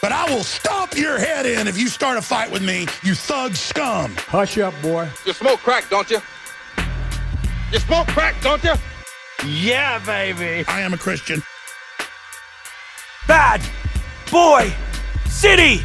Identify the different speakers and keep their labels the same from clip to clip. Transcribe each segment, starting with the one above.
Speaker 1: But I will stomp your head in if you start a fight with me, you thug scum.
Speaker 2: Hush up, boy.
Speaker 3: You smoke crack, don't you? You smoke crack, don't you?
Speaker 4: Yeah, baby.
Speaker 1: I am a Christian.
Speaker 4: Bad boy city.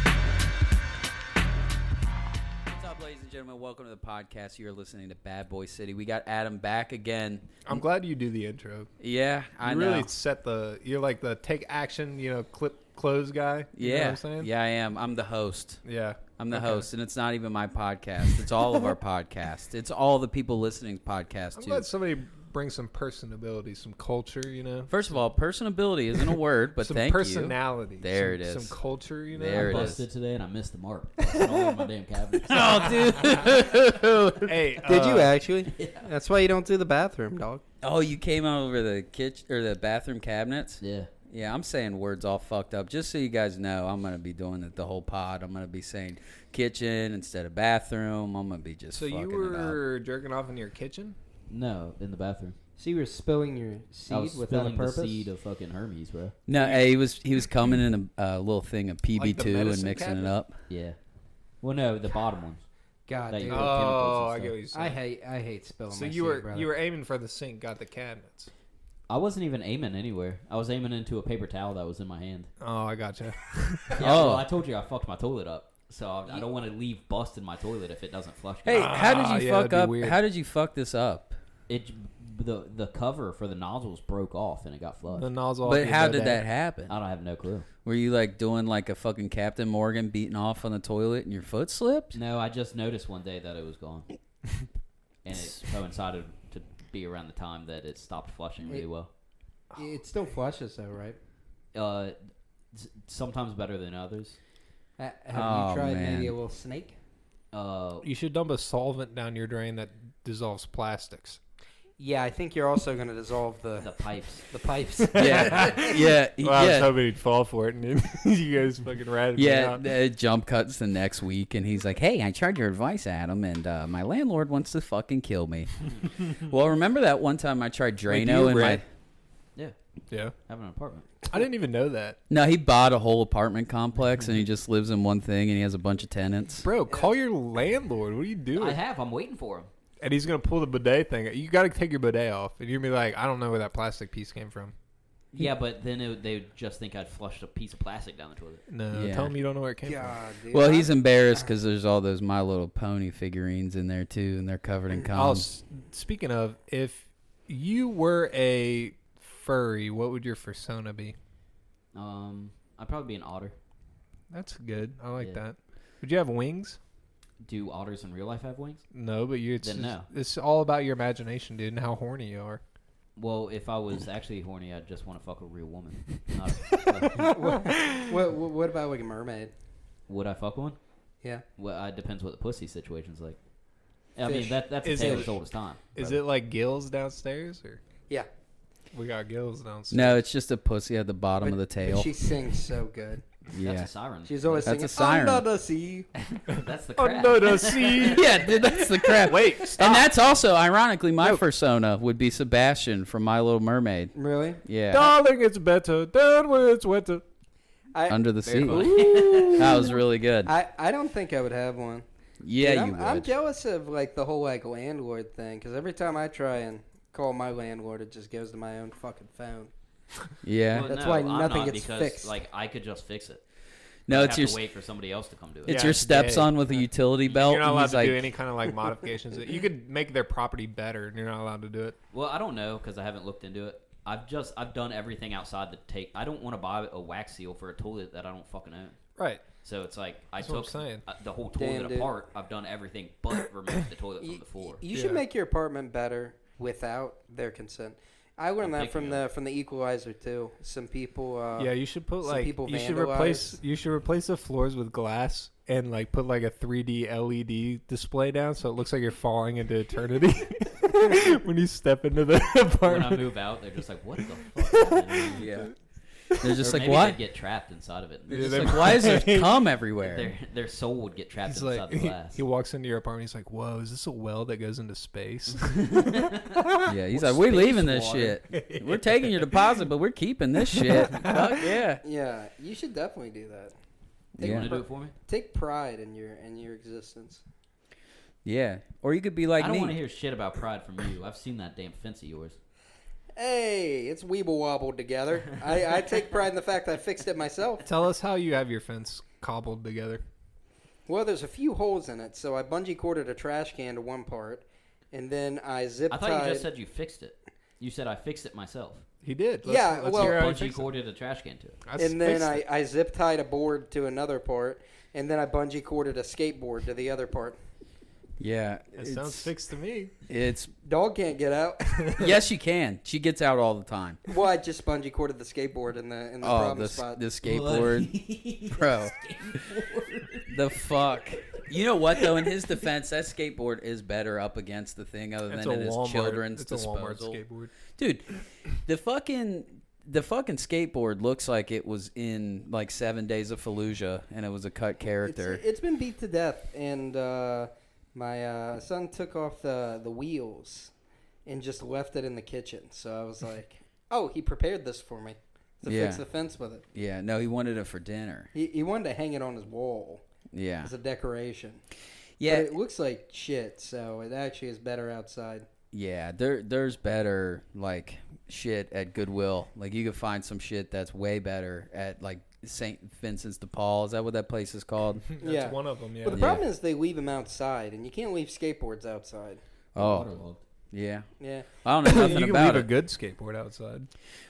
Speaker 5: What's up, ladies and gentlemen? Welcome to the podcast. You're listening to Bad Boy City. We got Adam back again.
Speaker 6: I'm glad you do the intro.
Speaker 5: Yeah, I
Speaker 6: You
Speaker 5: know.
Speaker 6: really set the. You're like the take action, you know, clip close guy. You
Speaker 5: yeah,
Speaker 6: know what I'm saying.
Speaker 5: yeah, I am. I'm the host.
Speaker 6: Yeah.
Speaker 5: I'm the
Speaker 6: Okay.
Speaker 5: host, and it's not even my podcast. It's all of our podcasts. It's all the people listening podcast
Speaker 6: I'm
Speaker 5: too.
Speaker 6: glad somebody brings some personability, some culture. You know,
Speaker 5: First of all, personability isn't a word, but
Speaker 6: some
Speaker 5: thank
Speaker 6: personality. some,
Speaker 5: There it is.
Speaker 6: Some culture. You know.
Speaker 5: There it is.
Speaker 7: busted today and I missed the mark. Busted all over my damn cabinet.
Speaker 5: you. Oh, dude.
Speaker 6: Hey,
Speaker 8: Did
Speaker 6: uh,
Speaker 8: you actually? That's why you don't do the bathroom, dog.
Speaker 5: oh, you came over the kitchen or the bathroom cabinets.
Speaker 7: Yeah.
Speaker 5: Yeah, I'm saying words all fucked up. Just so you guys know, I'm gonna be doing it the whole pod. I'm gonna be saying kitchen instead of bathroom. I'm gonna be just
Speaker 6: So
Speaker 5: fucking
Speaker 6: you
Speaker 5: it up.
Speaker 6: were jerking off in your kitchen?
Speaker 7: No, in the bathroom.
Speaker 8: So you were spilling your seed
Speaker 7: I was
Speaker 8: without a
Speaker 7: spilling the
Speaker 8: purpose.
Speaker 7: seed of fucking Hermes, bro.
Speaker 5: No, hey, he was he was coming in a uh, little thing of PB2 and
Speaker 6: medicine
Speaker 5: mixing it
Speaker 6: cabinet?
Speaker 5: up.
Speaker 7: Yeah. Well, no, the bottom one.
Speaker 8: God,
Speaker 7: That you
Speaker 8: dude.
Speaker 7: put chemicals and
Speaker 6: Oh, I
Speaker 7: stuff.
Speaker 6: get what you said.
Speaker 8: I hate I hate spilling.
Speaker 6: so
Speaker 8: my
Speaker 6: you
Speaker 8: seed,
Speaker 6: were
Speaker 8: brother.
Speaker 6: you were aiming for the sink, got the cabinets.
Speaker 7: I wasn't even aiming anywhere. I was aiming into a paper towel that was in my hand.
Speaker 6: Oh, I gotcha.
Speaker 7: Yeah,
Speaker 5: Oh.
Speaker 7: well, I told you I fucked my toilet up, so I, I don't want to leave bust in my toilet if it doesn't flush.
Speaker 5: Hey, how
Speaker 6: Ah,
Speaker 5: did you
Speaker 6: yeah, that'd
Speaker 5: fuck
Speaker 6: be
Speaker 5: up?
Speaker 6: weird.
Speaker 5: How did you fuck this up?
Speaker 7: it the the cover for the nozzles broke off and it got flushed.
Speaker 6: the nozzle.
Speaker 5: But how did that happen?
Speaker 7: I don't have no clue.
Speaker 5: Were you like doing like a fucking Captain Morgan beating off on the toilet and your foot slipped?
Speaker 7: No, I just noticed one day that it was gone, and it coincided to be around the time that it stopped flushing really well.
Speaker 8: It still flushes though, right?
Speaker 7: Uh, s- sometimes better than others.
Speaker 8: Ha- Have
Speaker 5: Oh,
Speaker 8: you tried
Speaker 5: man.
Speaker 8: maybe a little snake?
Speaker 7: Uh,
Speaker 6: You should dump a solvent down your drain that dissolves plastics.
Speaker 8: Yeah, I think you're also going to dissolve
Speaker 7: the
Speaker 8: the
Speaker 7: pipes.
Speaker 8: the pipes.
Speaker 5: Yeah, yeah, yeah.
Speaker 6: hoping he'd fall for it, and you guys fucking ratted
Speaker 5: Yeah, uh, jump cuts the next week, and he's like, "Hey, I tried your advice, Adam, and uh, my landlord wants to fucking kill me." well, remember that one time I tried
Speaker 6: Wait, do
Speaker 5: Drano
Speaker 6: you
Speaker 5: and my
Speaker 6: rent?
Speaker 7: Yeah,
Speaker 6: Yeah,
Speaker 7: have an apartment.
Speaker 6: I didn't even know that.
Speaker 5: no, he bought a whole apartment complex, and he just lives in one thing, and he has a bunch of tenants.
Speaker 6: Bro, call your landlord. What are you
Speaker 7: I
Speaker 6: doing?
Speaker 7: have. I'm waiting for him.
Speaker 6: and he's gonna pull the bidet thing. You gotta take your bidet off, and you're gonna be like, I don't know where that plastic piece came from.
Speaker 7: Yeah, but then it, would- they would just think I'd flushed a piece of plastic down the toilet.
Speaker 6: No,
Speaker 5: Yeah.
Speaker 6: tell him you don't know where it came from.
Speaker 8: God, dude.
Speaker 5: Well, he's embarrassed because there's all those My Little Pony figurines in there too, and they're covered in
Speaker 6: Oh,
Speaker 5: condoms.
Speaker 6: s- speaking of, if you were a furry, what would your persona be?
Speaker 7: Um, I'd probably be an otter.
Speaker 6: That's good. I like
Speaker 7: Yeah.
Speaker 6: that. Would you have wings?
Speaker 7: Do otters in real life have wings?
Speaker 6: No, but you. It's
Speaker 7: Then
Speaker 6: just-
Speaker 7: no.
Speaker 6: It's all about your imagination, dude, and how horny you are.
Speaker 7: Well, if I was actually horny, I'd just want to fuck a real woman. Not a-
Speaker 8: what, what what about like a mermaid?
Speaker 7: would I fuck one?
Speaker 8: Yeah.
Speaker 7: Well, it depends what the pussy situation's like. I
Speaker 8: Fish.
Speaker 7: mean, that that's a
Speaker 6: Is
Speaker 7: tale
Speaker 6: it-
Speaker 7: as old as time.
Speaker 6: Is it like gills downstairs, or
Speaker 8: Yeah.
Speaker 6: we got gills downstairs?
Speaker 5: No, it's just a pussy at the bottom of the tail.
Speaker 8: But she sings so good.
Speaker 5: yeah,
Speaker 7: That's a siren.
Speaker 8: She's "Oh, always
Speaker 5: That's
Speaker 8: singing
Speaker 5: a siren.
Speaker 8: under the sea.
Speaker 7: that's the crap.
Speaker 6: the sea.
Speaker 5: yeah, dude, that's the crap.
Speaker 6: Wait,
Speaker 5: and that's also ironically my persona would be Sebastian from My Little Mermaid.
Speaker 8: Really?
Speaker 5: Yeah,
Speaker 6: darling, it's better down where it's wetter.
Speaker 8: I
Speaker 5: under the sea.
Speaker 8: Ooh.
Speaker 5: That was really good.
Speaker 8: I I don't think I would have one.
Speaker 5: yeah,
Speaker 8: Dude,
Speaker 5: you
Speaker 8: I'm,
Speaker 5: would.
Speaker 8: I'm jealous of like the whole like landlord thing because every time I try and call my landlord, it just goes to my own fucking phone.
Speaker 5: yeah,
Speaker 7: Well,
Speaker 8: That's
Speaker 7: no,
Speaker 8: why
Speaker 7: I'm
Speaker 8: nothing
Speaker 7: not
Speaker 8: gets
Speaker 7: because,
Speaker 8: fixed.
Speaker 7: Like I could just fix it.
Speaker 5: no,
Speaker 7: I'd
Speaker 5: it's
Speaker 7: have
Speaker 5: your
Speaker 7: to wait for somebody else to come do it.
Speaker 5: it's
Speaker 6: Yeah,
Speaker 5: your
Speaker 6: it's
Speaker 5: steps
Speaker 6: gay.
Speaker 5: on with a utility belt.
Speaker 6: You're not
Speaker 5: and
Speaker 6: allowed
Speaker 5: Oh, he's
Speaker 6: to
Speaker 5: like,
Speaker 6: do any kind of like modifications. You could make their property better, and you're not allowed to do it.
Speaker 7: Well, I don't know because I haven't looked into it. I've just I've done everything outside the take. I don't want to buy a wax seal for a toilet that I don't fucking own.
Speaker 6: Right.
Speaker 7: So it's like I
Speaker 6: That's what I'm
Speaker 7: took
Speaker 6: saying.
Speaker 7: uh, the whole toilet
Speaker 8: Damn, dude.
Speaker 7: apart. I've done everything but remove the toilet
Speaker 8: You,
Speaker 7: from the floor.
Speaker 8: you should
Speaker 6: Yeah.
Speaker 8: make your apartment better without their consent. I learned
Speaker 7: I'm
Speaker 8: that from
Speaker 7: thinking
Speaker 8: the from the Equalizer too. Some people. Uh,
Speaker 6: yeah, you should put
Speaker 8: some
Speaker 6: like
Speaker 8: people
Speaker 6: you should replace
Speaker 8: vandalize.
Speaker 6: you should replace the floors with glass and like put like a 3D LED E display down so it looks like you're falling into eternity when you step into the
Speaker 7: when I
Speaker 6: apartment.
Speaker 7: move out, they're just like, "What the fuck?"
Speaker 5: yeah. They're just
Speaker 9: or
Speaker 5: like,
Speaker 9: maybe
Speaker 5: what?
Speaker 9: They'd get trapped inside of it.
Speaker 5: They're just like, why is there cum everywhere?
Speaker 9: Their their soul would get trapped
Speaker 6: He's
Speaker 9: inside
Speaker 6: like,
Speaker 9: the
Speaker 6: he,
Speaker 9: glass.
Speaker 6: he walks into your apartment. He's like, "Whoa, is this a well that goes into space?"
Speaker 5: Yeah, he's like, we're leaving this shit. We're taking your deposit, but we're keeping this shit. Fuck yeah.
Speaker 8: Yeah, you should definitely do that.
Speaker 9: you
Speaker 5: Yeah.
Speaker 9: want to do it for me?
Speaker 8: Take pride in your in your existence.
Speaker 5: Yeah. Or you could be like
Speaker 9: I don't
Speaker 5: me.
Speaker 9: want to hear shit about pride from you. I've seen that damn fence of yours.
Speaker 8: Hey, it's weeble wobbled together. I, I take pride in the fact I fixed it myself.
Speaker 6: Tell us how you have your fence cobbled together.
Speaker 8: Well, there's a few holes in it, so I bungee corded a trash can to one part, and then I zip
Speaker 9: I
Speaker 8: tied.
Speaker 9: thought you just said you fixed it. You said I fixed it myself.
Speaker 6: He did.
Speaker 8: Yeah, well-
Speaker 6: hear how he
Speaker 9: Bungee
Speaker 6: fixed it.
Speaker 9: corded a trash can to it.
Speaker 6: That's
Speaker 8: and then
Speaker 6: fixed
Speaker 8: I,
Speaker 6: it.
Speaker 8: I zip tied a board to another part, and then I bungee corded a skateboard to the other part.
Speaker 5: Yeah.
Speaker 6: It sounds fixed to me.
Speaker 5: It's
Speaker 8: Dog can't get out.
Speaker 5: yes, you can. She gets out all the time.
Speaker 8: well, I just bungee corded the skateboard in the in the
Speaker 5: Oh,
Speaker 8: problem
Speaker 5: the, s-
Speaker 8: spot.
Speaker 5: the skateboard, bro. the fuck. You know what though? In his defense, that skateboard is better up against the thing, other than
Speaker 6: It's
Speaker 5: it
Speaker 6: a
Speaker 5: is
Speaker 6: Walmart.
Speaker 5: children's
Speaker 6: it's a Walmart
Speaker 5: disposal.
Speaker 6: skateboard.
Speaker 5: Dude, the fucking the fucking skateboard looks like it was in like Seven Days of Fallujah, and it was a cut
Speaker 8: It's-
Speaker 5: character.
Speaker 8: it's been beat to death, and uh, my uh, son took off the the wheels and just left it in the kitchen. So I was like, "Oh, he prepared this for me to
Speaker 5: Yeah.
Speaker 8: fix the fence with it.
Speaker 5: yeah, no, he wanted it for dinner.
Speaker 8: He, he wanted to hang it on his wall
Speaker 5: Yeah,
Speaker 8: as a decoration. Yeah,
Speaker 5: yeah,
Speaker 8: it looks like shit, so it actually is better outside.
Speaker 5: yeah. There, there's better like shit at Goodwill. Like you could find some shit that's way better at like St. Vincent's de Paul. Is that what that place is called?
Speaker 6: That's
Speaker 8: yeah,
Speaker 6: one of them. Yeah.
Speaker 8: But the problem is they leave them outside, and you can't leave skateboards outside.
Speaker 5: oh, yeah.
Speaker 8: Yeah,
Speaker 5: I don't know nothing
Speaker 6: you can
Speaker 5: about
Speaker 6: leave
Speaker 5: it.
Speaker 6: a good skateboard outside.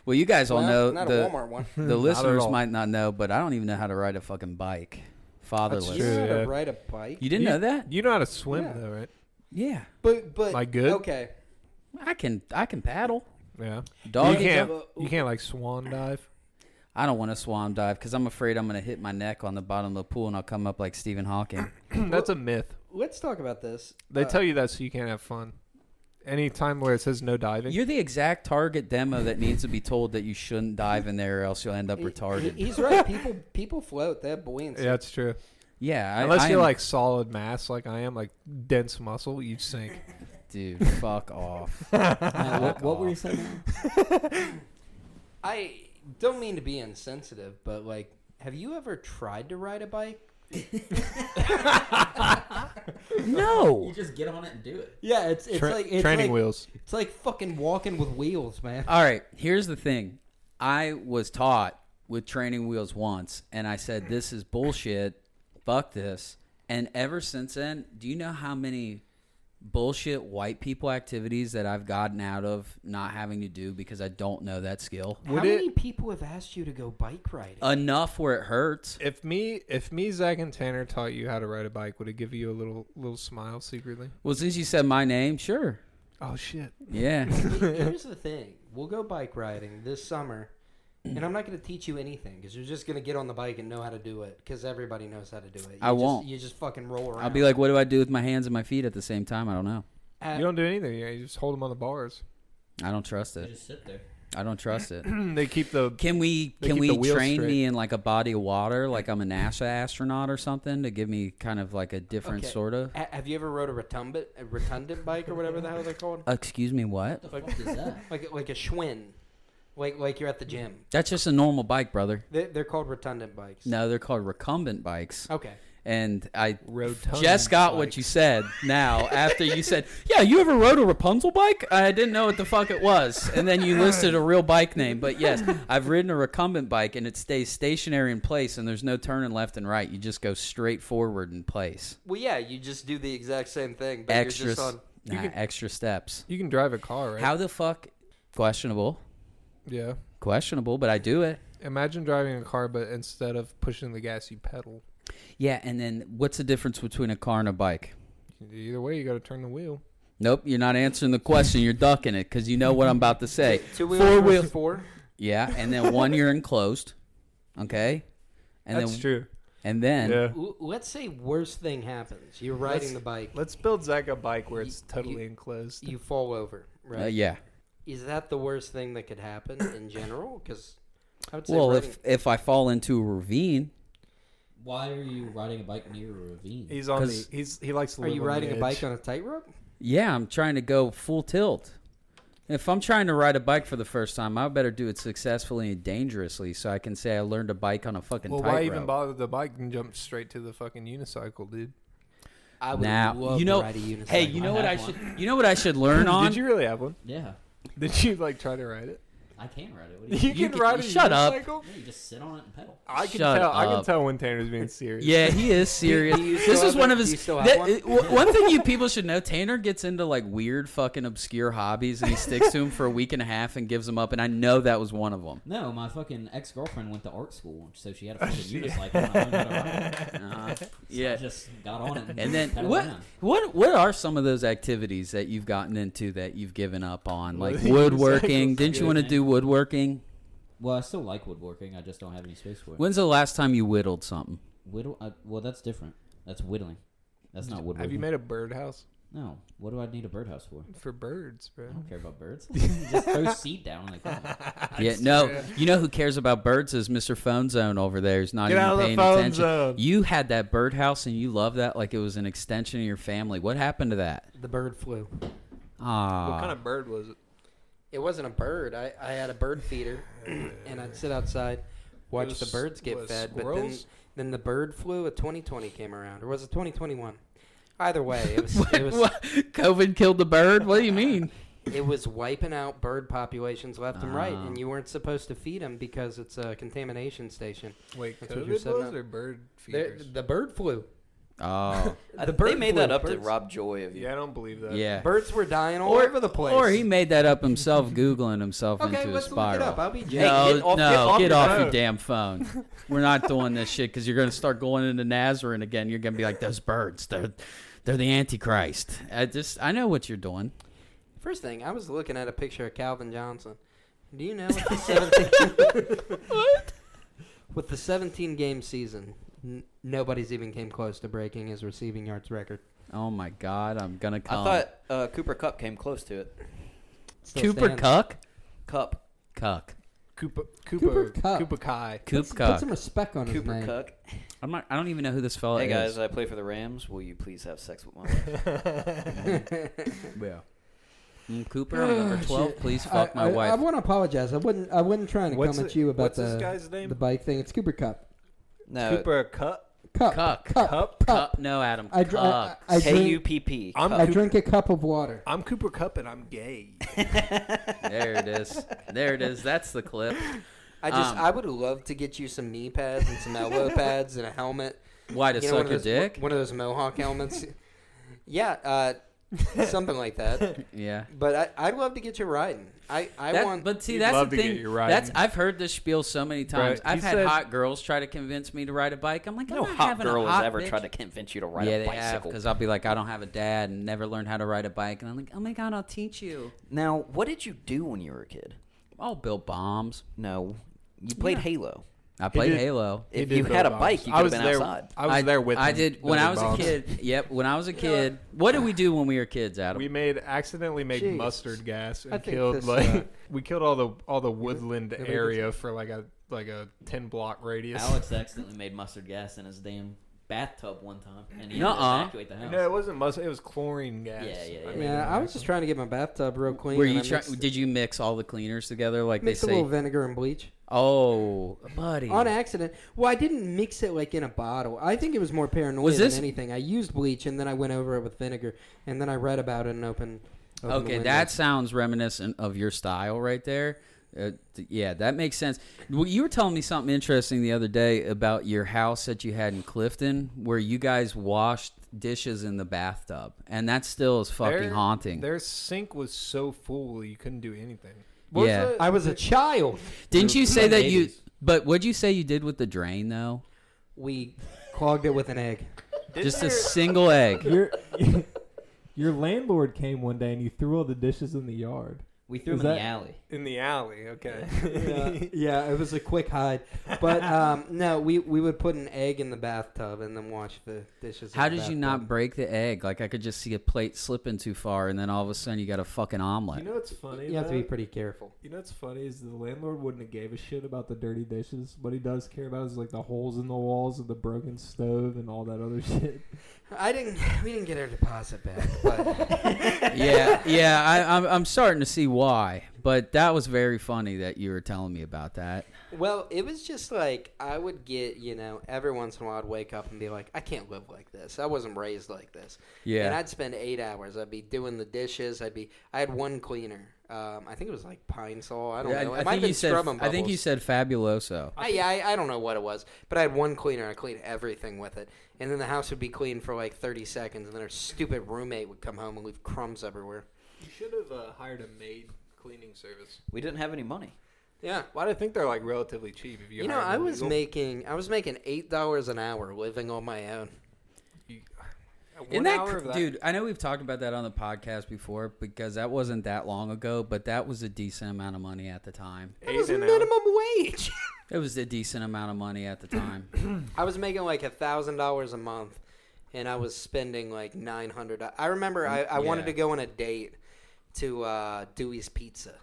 Speaker 5: well, you guys all
Speaker 8: Well,
Speaker 5: know
Speaker 8: not
Speaker 5: the
Speaker 8: a Walmart one.
Speaker 6: Hmm.
Speaker 5: the listeners
Speaker 6: all.
Speaker 5: might not know, but I don't even know how to ride a fucking bike. Fatherless.
Speaker 8: You know how
Speaker 6: yeah.
Speaker 8: to ride a bike,
Speaker 5: You didn't
Speaker 6: You-
Speaker 5: know that?
Speaker 6: You know how to swim
Speaker 8: Yeah.
Speaker 6: though, right?
Speaker 5: Yeah,
Speaker 8: but but
Speaker 6: Like good?
Speaker 8: Okay,
Speaker 5: I can. I can paddle.
Speaker 6: Yeah.
Speaker 5: Dog.
Speaker 6: you can't.
Speaker 8: up.
Speaker 6: You can't like swan dive.
Speaker 5: I don't want to swan dive because I'm afraid I'm gonna hit my neck on the bottom of the pool and I'll come up like Stephen Hawking.
Speaker 6: That's a myth.
Speaker 8: let's talk about this.
Speaker 6: They
Speaker 8: Uh,
Speaker 6: tell you that so you can't have fun. Any time where it says no diving,
Speaker 5: You're the exact target demo that needs to be told that you shouldn't dive in there or else you'll end up
Speaker 8: He-
Speaker 5: retarded.
Speaker 8: he- he's right. People people float. They have buoyancy.
Speaker 6: yeah, that's true.
Speaker 5: Yeah, I,
Speaker 6: Unless
Speaker 5: I
Speaker 6: you're
Speaker 5: am-
Speaker 6: like solid mass, like I am, like dense muscle, you sink.
Speaker 5: dude, fuck off.
Speaker 9: what, what were you saying?
Speaker 8: I don't mean to be insensitive, but like, have you ever tried to ride a bike?
Speaker 5: No.
Speaker 9: just get on it and do it.
Speaker 8: Yeah, it's it's
Speaker 6: Tra-
Speaker 8: like it's
Speaker 6: training
Speaker 8: like,
Speaker 6: wheels.
Speaker 8: It's like fucking walking with wheels, man.
Speaker 5: All right, here's the thing. I was taught with training wheels once, and I said, This is bullshit. Fuck this. And ever since then, do you know how many bullshit white people activities that I've gotten out of not having to do because I don't know that skill?
Speaker 6: Would
Speaker 8: How
Speaker 6: it-
Speaker 8: many people have asked you to go bike riding?
Speaker 5: Enough where it hurts.
Speaker 6: If me, if me, Zach and Tanner taught you how to ride a bike, would it give you a little little smile secretly?
Speaker 5: Well, since you said my name, sure.
Speaker 6: Oh shit!
Speaker 5: Yeah.
Speaker 8: Here's the thing: we'll go bike riding this summer, and I'm not going to teach you anything because you're just going to get on the bike and know how to do it because everybody knows how to do it. You
Speaker 5: I
Speaker 8: just,
Speaker 5: won't.
Speaker 8: You just fucking roll around.
Speaker 5: I'll be like, What do I do with my hands and my feet at the same time? I don't know.
Speaker 8: At-
Speaker 6: You don't do anything. Yeah, you just hold them on the bars.
Speaker 5: I don't trust it.
Speaker 9: Just sit there.
Speaker 5: I don't trust it.
Speaker 6: they keep the.
Speaker 5: Can we
Speaker 6: They
Speaker 5: can
Speaker 6: keep
Speaker 5: we
Speaker 6: the wheels
Speaker 5: train
Speaker 6: straight.
Speaker 5: me in like a body of water, like I'm a NASA astronaut or something, to give me kind of like a different
Speaker 8: Okay.
Speaker 5: sort of?
Speaker 8: A- have you ever rode a retumbent, a retundant bike or whatever the hell they're called?
Speaker 5: Uh, Excuse me, what?
Speaker 9: What the fuck is that?
Speaker 8: Like like a Schwinn, like like you're at the gym.
Speaker 5: That's just a normal bike, brother.
Speaker 8: They, they're called retundant bikes.
Speaker 5: No, they're called recumbent bikes.
Speaker 8: Okay.
Speaker 5: And I
Speaker 6: Rotund
Speaker 5: just got what you said now after you said, Yeah, you ever rode a Rapunzel bike? I didn't know what the fuck it was. And then you listed a real bike name. But yes, I've ridden a recumbent bike and it stays stationary in place and there's no turning left and right. You just go straight forward in place.
Speaker 8: Well, yeah, you just do the exact same thing, but
Speaker 5: extra
Speaker 8: you're just on.
Speaker 5: nah, extra steps.
Speaker 6: You can drive a car, right?
Speaker 5: How the fuck? Questionable,
Speaker 6: Yeah.
Speaker 5: questionable, but I do it.
Speaker 6: Imagine driving a car, but instead of pushing the gas, you pedal.
Speaker 5: Yeah, and then what's the difference between a car and a bike?
Speaker 6: Either way, you got to turn the wheel.
Speaker 5: Nope, you're not answering the question. You're ducking it because you know what I'm about to say.
Speaker 8: Two wheels versus
Speaker 5: wheels-
Speaker 8: four.
Speaker 5: Yeah, and then one you're enclosed. Okay, and
Speaker 6: That's
Speaker 5: then
Speaker 6: true.
Speaker 5: and then
Speaker 6: Yeah.
Speaker 8: L- Let's say worst thing happens. You're riding
Speaker 6: Let's-
Speaker 8: the bike.
Speaker 6: Let's build Zach a bike where it's
Speaker 8: You-
Speaker 6: totally
Speaker 8: you-
Speaker 6: enclosed.
Speaker 8: You fall over,
Speaker 5: uh,
Speaker 8: right?
Speaker 5: yeah.
Speaker 8: Is that the worst thing that could happen in general? Because I would say
Speaker 5: Well,
Speaker 8: riding-
Speaker 5: if if I fall into a ravine,
Speaker 9: Why are you riding a bike near a ravine?
Speaker 6: He's on the.
Speaker 5: 'Cause-
Speaker 6: He's he likes. To
Speaker 8: are
Speaker 6: live
Speaker 8: you
Speaker 6: on the
Speaker 8: riding a
Speaker 6: edge.
Speaker 8: bike on a tightrope?
Speaker 5: yeah, I'm trying to go full tilt. If I'm trying to ride a bike for the first time, I better do it successfully and dangerously, so I can say I learned a bike on a fucking
Speaker 6: Well, why
Speaker 5: tightrope.
Speaker 6: even bother with the bike and jump straight to the fucking unicycle, dude?
Speaker 8: I would
Speaker 5: Now
Speaker 8: love
Speaker 5: you know.
Speaker 8: to ride a unicycle.
Speaker 5: Hey, you know
Speaker 9: I
Speaker 5: what I
Speaker 9: have
Speaker 5: should?
Speaker 9: one.
Speaker 5: You know what I should learn on?
Speaker 6: Did you really have one?
Speaker 9: Yeah,
Speaker 6: Did you like try to ride it?
Speaker 9: I can ride it. What do you?
Speaker 6: You, can,
Speaker 5: can-
Speaker 6: ride a
Speaker 5: shut up.
Speaker 6: unicycle?
Speaker 9: Yeah, you just sit on it and pedal.
Speaker 6: I can
Speaker 5: Shut
Speaker 6: tell. I can
Speaker 5: up.
Speaker 6: tell when Tanner's being serious.
Speaker 5: Yeah, he is serious.
Speaker 8: Do you still
Speaker 5: this is
Speaker 8: have
Speaker 5: one
Speaker 8: it?
Speaker 5: of
Speaker 8: Do
Speaker 5: his.
Speaker 8: you still have
Speaker 5: that-
Speaker 8: one?
Speaker 5: uh, w- one thing you people should know: Tanner gets into like weird, fucking, obscure hobbies, and he sticks to them for a week and a half and gives them up. And I know that was one of them.
Speaker 9: No, my fucking ex girlfriend went to art school, so she had a fucking unicycle. And I learned how to ride it. I
Speaker 5: yeah.
Speaker 9: just got on it. And,
Speaker 5: and
Speaker 8: Oh,
Speaker 5: then
Speaker 9: pedaled
Speaker 5: what?
Speaker 9: around.
Speaker 5: What? What are some of those activities that you've gotten into that you've given up on? Like
Speaker 6: Well,
Speaker 5: woodworking.
Speaker 6: unicycles
Speaker 5: Didn't you
Speaker 9: good,
Speaker 5: want to
Speaker 9: man.
Speaker 5: do woodworking?
Speaker 9: Well, I still like woodworking. I just don't have any space for it.
Speaker 5: When's the last time you whittled something?
Speaker 9: Whittle? I, well, that's different. That's whittling. That's not woodworking.
Speaker 6: Have you made a birdhouse
Speaker 9: No. What do I need a birdhouse for? I
Speaker 6: for birds, bro?
Speaker 7: Oh.
Speaker 9: don't care about birds. just throw seed down like that.
Speaker 5: Yeah, no. You know who cares about birds is Mr. Phone Zone over there. He's not
Speaker 6: Get
Speaker 5: even
Speaker 6: out of the
Speaker 5: paying
Speaker 6: phone
Speaker 5: attention.
Speaker 6: zone.
Speaker 5: You had that birdhouse and you loved that like it was an extension of your family. What happened to that?
Speaker 8: The bird flew.
Speaker 5: Ah,
Speaker 6: What kind of bird was it?
Speaker 8: It wasn't a bird. I, I had a bird feeder, and I'd sit outside, watch
Speaker 6: was-
Speaker 8: the birds get
Speaker 6: was
Speaker 8: fed. But then,
Speaker 6: squirrels?
Speaker 8: then the bird flew. A 2020 came around, or was it 2021? Either way, it was it was
Speaker 5: What? COVID killed the bird. What do you mean?
Speaker 8: it was wiping out bird populations left and right,
Speaker 5: Ah.
Speaker 8: and you weren't supposed to feed them because it's a contamination station.
Speaker 6: Wait,
Speaker 8: That's what you're
Speaker 6: COVID
Speaker 8: setting
Speaker 6: was
Speaker 8: up.
Speaker 6: or bird
Speaker 8: There-
Speaker 6: feeders?
Speaker 8: the bird flu.
Speaker 5: Oh,
Speaker 8: Uh, The bird
Speaker 2: they made that
Speaker 8: flu,
Speaker 2: up to
Speaker 8: birds-
Speaker 2: rob joy of you.
Speaker 6: Yeah, I don't believe that.
Speaker 5: yeah.
Speaker 8: Birds were dying all over the place.
Speaker 5: Or he made that up himself, googling himself
Speaker 8: okay,
Speaker 5: into
Speaker 8: let's
Speaker 5: a
Speaker 8: look
Speaker 5: spiral.
Speaker 8: it up. I'll be Jake.
Speaker 5: No,
Speaker 2: get off-
Speaker 5: no,
Speaker 2: get off
Speaker 5: get
Speaker 2: your
Speaker 5: off your
Speaker 2: phone.
Speaker 5: damn phone. We're not doing this shit because you're going to start going into Nazarene again. You're going to be like those birds. They're they're the Antichrist. I just I know what you're doing.
Speaker 8: First thing, I was looking at a picture of Calvin Johnson. Do you know what the 17 With the 17 game season, n- nobody's even came close to breaking his receiving yards record.
Speaker 5: Oh my God, I'm gonna
Speaker 2: I
Speaker 5: come.
Speaker 2: thought uh, Cooper Cup came close to it.
Speaker 8: Still
Speaker 5: Cooper
Speaker 8: stands.
Speaker 5: Cuck,
Speaker 2: Cup,
Speaker 5: Cuck,
Speaker 6: Koopa, Koopa,
Speaker 8: Cooper Cup.
Speaker 6: Koopa Kai.
Speaker 5: Coop
Speaker 8: Let's Put some
Speaker 5: Cuck.
Speaker 8: respect on his
Speaker 2: Cooper
Speaker 8: name.
Speaker 2: Cuck.
Speaker 5: I'm not. I don't even know who this fella
Speaker 2: Hey
Speaker 5: is.
Speaker 2: guys,
Speaker 7: uh,
Speaker 2: I play for the Rams. Will you please have sex with my wife?
Speaker 5: yeah. Mm, Cooper, I'm number twelve. Please fuck
Speaker 8: I,
Speaker 5: my wife.
Speaker 8: I, want to apologize. I wouldn't. I wasn't trying to
Speaker 6: What's
Speaker 8: come
Speaker 6: the-
Speaker 8: at you about
Speaker 6: what's
Speaker 8: the
Speaker 6: this guy's name?
Speaker 8: the bike thing. It's Cooper Cup.
Speaker 2: No,
Speaker 7: Uh,
Speaker 6: Cooper Cup.
Speaker 8: Cup.
Speaker 5: Cuck.
Speaker 8: Cup.
Speaker 6: Cup?
Speaker 8: Cup.
Speaker 5: Cup. No, Adam.
Speaker 8: I, dr-
Speaker 5: Cuck.
Speaker 8: I, I, I
Speaker 2: K U
Speaker 8: drink,
Speaker 2: P P.
Speaker 6: I'm
Speaker 8: I
Speaker 6: Cooper-
Speaker 8: drink a cup of water.
Speaker 6: I'm Cooper Cup and I'm gay.
Speaker 5: there it is. There it is. That's the clip.
Speaker 8: I just.
Speaker 5: Um,
Speaker 8: I would love to get you some knee pads and some elbow pads and a helmet.
Speaker 5: Why to
Speaker 8: You know,
Speaker 5: suck
Speaker 8: one
Speaker 5: a
Speaker 8: of those-
Speaker 5: dick?
Speaker 8: One of those mohawk helmets. yeah, uh, something like that.
Speaker 5: yeah.
Speaker 8: But I, I'd love to get you riding. I, I
Speaker 5: That-
Speaker 8: want.
Speaker 5: but see,
Speaker 6: You'd
Speaker 5: that's
Speaker 6: love
Speaker 5: the
Speaker 6: to get
Speaker 5: thing.
Speaker 6: you riding.
Speaker 5: That's I've heard this spiel so many times.
Speaker 6: he
Speaker 5: I've had
Speaker 6: said-
Speaker 5: hot girls try to convince me to ride a bike. I'm like, I'm
Speaker 2: No
Speaker 5: not
Speaker 2: hot
Speaker 5: having
Speaker 2: girl
Speaker 5: a
Speaker 2: has
Speaker 5: hot
Speaker 2: ever
Speaker 5: bitch.
Speaker 2: tried to convince you to ride
Speaker 5: yeah,
Speaker 2: a
Speaker 5: they have
Speaker 2: bicycle.
Speaker 5: because I'll be like, I don't have a dad and never learned how to ride a bike, and I'm like, oh my god, I'll teach you.
Speaker 2: now, what did you do when you were a kid?
Speaker 5: I'll build bombs.
Speaker 2: No, you played Halo.
Speaker 5: I played
Speaker 6: did-
Speaker 5: Halo.
Speaker 6: He
Speaker 2: If
Speaker 6: did
Speaker 2: you
Speaker 6: build
Speaker 2: had a
Speaker 6: bombs.
Speaker 2: bike, you
Speaker 6: I
Speaker 2: could
Speaker 6: was
Speaker 2: have been
Speaker 6: there,
Speaker 2: outside.
Speaker 6: I was there with.
Speaker 5: I
Speaker 6: him
Speaker 5: did when I was
Speaker 6: building bombs.
Speaker 5: a kid. Yep, when I was a kid. What did we do when we were kids, Adam?
Speaker 6: We made accidentally made
Speaker 8: Jesus.
Speaker 6: mustard gas
Speaker 8: I
Speaker 6: and
Speaker 8: think
Speaker 6: killed
Speaker 8: this,
Speaker 6: like
Speaker 8: uh,
Speaker 6: we killed all the all the woodland
Speaker 8: nobody gets
Speaker 6: area for like a like a ten block radius.
Speaker 9: Alex accidentally made mustard gas in his damn bathtub one time, and he had to
Speaker 5: Nuh-uh.
Speaker 9: evacuate the house.
Speaker 6: No, it wasn't mustard. It was chlorine gas.
Speaker 9: Yeah, yeah,
Speaker 6: I
Speaker 9: yeah.
Speaker 6: made
Speaker 8: yeah,
Speaker 6: an
Speaker 8: I was just trying to get my bathtub real clean.
Speaker 5: were
Speaker 8: and
Speaker 5: you
Speaker 8: I
Speaker 5: try-
Speaker 8: mixed-
Speaker 5: did you mix all the cleaners together like they
Speaker 8: mixed a little
Speaker 5: say?
Speaker 8: vinegar and bleach
Speaker 5: Oh, buddy.
Speaker 8: on accident? Well, I didn't mix it like in a bottle. I think it was more paranoia
Speaker 5: Was this-
Speaker 8: than anything. I used bleach and then I went over it with vinegar, and then I read about it and opened. opened the
Speaker 5: Okay,
Speaker 8: window.
Speaker 5: that sounds reminiscent of your style right there. Uh, th- yeah, that makes sense. Well, you were telling me something interesting the other day about your house that you had in Clifton, where you guys washed dishes in the bathtub, and that still is fucking
Speaker 6: Their-
Speaker 5: haunting.
Speaker 6: Their sink was so full you couldn't do anything.
Speaker 5: Yeah.
Speaker 6: was it?
Speaker 8: I was a child.
Speaker 5: Didn't you say that you?
Speaker 9: 80s.
Speaker 5: But what'd you say you did with the drain though?
Speaker 8: We clogged it with an egg.
Speaker 5: Just a single egg.
Speaker 10: Your your landlord came one day and you threw all the dishes in the yard.
Speaker 9: We threw
Speaker 8: Is
Speaker 9: him in
Speaker 8: that-
Speaker 9: the alley.
Speaker 6: In the alley, okay.
Speaker 8: yeah, yeah, it was a quick hide. But um, no, we, we would put an egg in the bathtub and then wash the dishes. in
Speaker 5: How
Speaker 8: the
Speaker 5: did you
Speaker 8: bathtub.
Speaker 5: not break the egg? Like I could just see a plate slipping too far, and then all of a sudden you got a fucking omelet.
Speaker 6: You know what's funny?
Speaker 8: You have to be
Speaker 6: about-
Speaker 8: pretty careful.
Speaker 6: You know what's funny is the landlord wouldn't have gave a shit about the dirty dishes. What he does care about is like the holes in the walls and the broken stove and all that other shit.
Speaker 8: I didn't. We didn't get our deposit back, but
Speaker 5: yeah, yeah. I, I'm I'm starting to see why, but that was very funny that you were telling me about that.
Speaker 8: well, it was just like I would get. You know, every once in a while, I'd wake up and be like, I can't live like this. I wasn't raised like this.
Speaker 5: Yeah.
Speaker 8: And I'd spend eight hours. I'd be doing the dishes. I'd be. I had one cleaner. Um, I think it was like Pine Sol. I don't
Speaker 5: I,
Speaker 8: know. It
Speaker 5: I think
Speaker 8: might have been
Speaker 5: you said
Speaker 8: Scrub 'Em
Speaker 5: I think you
Speaker 8: Bubbles.
Speaker 5: said
Speaker 8: Uh,
Speaker 5: fabuloso.
Speaker 8: I, yeah, I, I don't know what it was, but I had one cleaner. I cleaned everything with it, and then the house would be clean for like thirty seconds, and then our stupid roommate would come home and leave crumbs everywhere.
Speaker 6: You should have uh, hired a maid cleaning service.
Speaker 2: We didn't have any money.
Speaker 8: Yeah,
Speaker 6: Well, I think they're like relatively cheap. If you,
Speaker 8: you know, I was making I was making eight dollars an hour living on my own.
Speaker 5: Isn't that, cr- dude? I know we've talked about that on the podcast before because that wasn't that long ago, but that was a decent amount of money at the time.
Speaker 8: That was minimum wage.
Speaker 5: It was a decent amount of money at the time.
Speaker 8: I was making like a thousand dollars a month, and I was spending like nine hundred. I remember I, I wanted
Speaker 5: yeah.
Speaker 8: to go on a date to uh, Dewey's Pizza,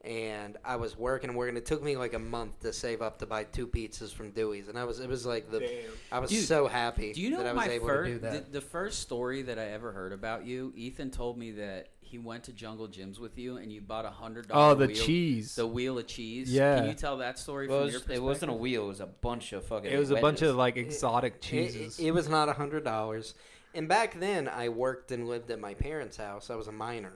Speaker 8: and I was working and working. It took me like a month to save up to buy two pizzas from Dewey's, and I was it was like the I was
Speaker 5: Dude,
Speaker 8: so happy
Speaker 5: Do you know
Speaker 8: that I was
Speaker 5: my
Speaker 8: able to do
Speaker 5: first the,
Speaker 8: that.
Speaker 5: the first story that I ever heard about you? Ethan told me that he went to Jungle Gyms with you and you bought a hundred
Speaker 6: Oh,
Speaker 5: dollars.
Speaker 6: the cheese.
Speaker 5: the wheel of cheese.
Speaker 6: Yeah.
Speaker 5: can you tell that story
Speaker 2: Well,
Speaker 5: from
Speaker 2: it,
Speaker 5: your
Speaker 2: was,
Speaker 5: perspective?
Speaker 2: it wasn't a wheel. It was a bunch of fucking.
Speaker 6: it was a bunch of
Speaker 2: wedges.
Speaker 6: like exotic cheeses.
Speaker 8: It, it, it was not a hundred dollars, and back then I worked and lived at my parents' house. I was a minor.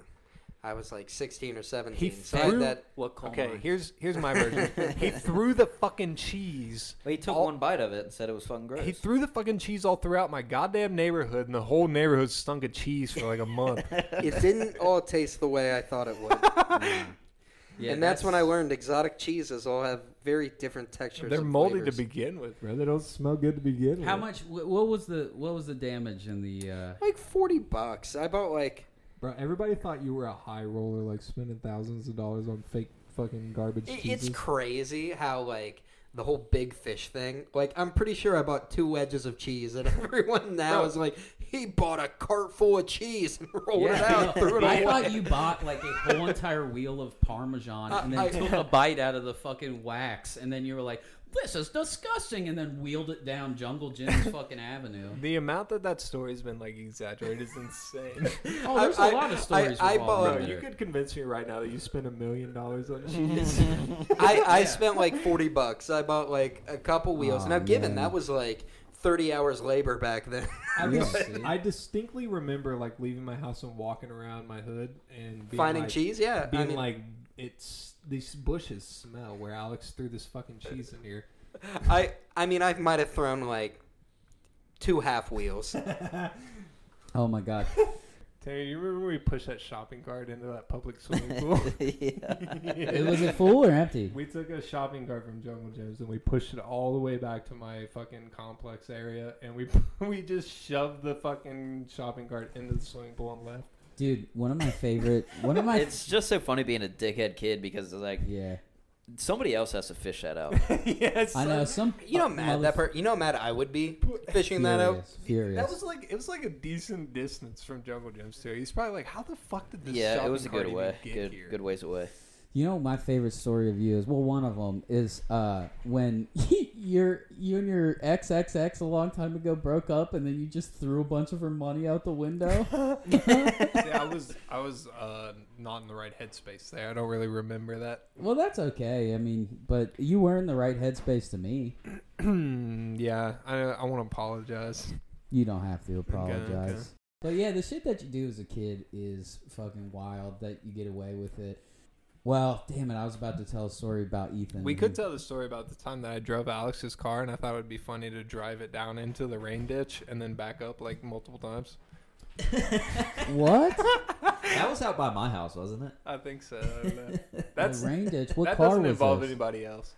Speaker 8: I was like sixteen or seventeen. so I
Speaker 6: threw-
Speaker 8: had that
Speaker 5: what coal
Speaker 6: okay,
Speaker 5: mine?
Speaker 6: here's here's my version. he threw the fucking cheese.
Speaker 2: Well, he took
Speaker 6: all-
Speaker 2: one bite of it and said it was fucking gross.
Speaker 6: He threw the fucking cheese all throughout my goddamn neighborhood, and the whole neighborhood stunk of cheese for like a month.
Speaker 8: it didn't all taste the way I thought it would.
Speaker 5: Yeah,
Speaker 8: and that's, when I learned exotic cheeses all have very different textures.
Speaker 6: They're
Speaker 8: and
Speaker 6: moldy to
Speaker 8: flavors.
Speaker 6: begin with, bro. They don't smell good to begin
Speaker 5: How much? wh- What was the what was the damage in the? Uh,
Speaker 8: like forty bucks. I bought like
Speaker 10: Bro, everybody thought you were a high roller, like spending thousands of dollars on fake fucking garbage
Speaker 8: i-
Speaker 10: cheeses.
Speaker 8: it's crazy how like the whole big fish thing. Like I'm pretty sure I bought two wedges of cheese, and everyone now is like, he bought a cart full of cheese and rolled it out. and threw it
Speaker 5: I
Speaker 8: away.
Speaker 5: thought you bought like a whole entire wheel of Parmesan and then
Speaker 8: I-
Speaker 5: took a bite out of the fucking wax, and then you were like, "This is disgusting," and then wheeled it down Jungle Jim's fucking avenue.
Speaker 6: The amount that that story's been like exaggerated is insane.
Speaker 5: Oh, there's a
Speaker 8: I- I-
Speaker 5: lot of stories.
Speaker 8: I- I
Speaker 5: revolving
Speaker 8: bought-
Speaker 6: Bro,
Speaker 5: there.
Speaker 6: you could convince me right now that you spent a million dollars on cheese.
Speaker 8: I, I spent like 40 bucks. I bought like a couple wheels. now, given that was like 30 hours labor back then.
Speaker 6: I,
Speaker 10: Yeah.
Speaker 6: dis- I distinctly remember like leaving my house and walking around my hood and being
Speaker 8: Finding
Speaker 6: like,
Speaker 8: cheese, yeah.
Speaker 10: Being
Speaker 8: I mean,
Speaker 10: like, it's these bushes smell where Alex threw this fucking cheese in here.
Speaker 8: I, I mean, I might have thrown like two half wheels.
Speaker 5: Oh my god.
Speaker 6: Terry, you remember when we pushed that shopping cart into that public swimming pool?
Speaker 9: It was it full or empty?
Speaker 6: we took a shopping cart from Jungle Gyms and we pushed it all the way back to my fucking complex area, and we we just shoved the fucking shopping cart into the swimming pool and left.
Speaker 9: Dude, one of my favorite. One of my.
Speaker 2: It's just so funny being a dickhead kid because it's like
Speaker 9: yeah.
Speaker 2: somebody else has to fish that out.
Speaker 6: yes,
Speaker 9: I know some.
Speaker 8: You know, how mad that part. You know, how mad I would be fishing that out.
Speaker 9: Furious, furious.
Speaker 6: That was like it was like a decent distance from Jungle Gyms too. He's probably like, how the fuck did this?
Speaker 2: yeah, it
Speaker 6: shopping
Speaker 2: was a
Speaker 6: cart
Speaker 2: good
Speaker 6: even
Speaker 2: way,
Speaker 6: get
Speaker 2: good
Speaker 6: here?
Speaker 2: good ways away.
Speaker 9: You know, my favorite story of you is well, one of them is uh, when your you and your ex ex ex a long time ago broke up, and then you just threw a bunch of her money out the window.
Speaker 6: yeah, I was I was uh, not in the right headspace there. I don't really remember that.
Speaker 9: well, that's okay. I mean, but you were in the right headspace to me.
Speaker 6: yeah, I I want to apologize.
Speaker 9: You don't have to
Speaker 6: okay.
Speaker 9: apologize. But yeah, the shit that you do as a kid is fucking wild that you get away with it. Well, damn it, I was about to tell a story about Ethan.
Speaker 6: We could tell the story about the time that I drove Alex's car, and I thought it would be funny to drive it down into the rain ditch and then back up like multiple times.
Speaker 9: What?
Speaker 2: That was out by my house, wasn't it?
Speaker 6: I think so. I don't know. That's
Speaker 9: the rain ditch. What
Speaker 6: that
Speaker 9: car
Speaker 6: doesn't
Speaker 9: was
Speaker 6: involve
Speaker 9: this?
Speaker 6: anybody else.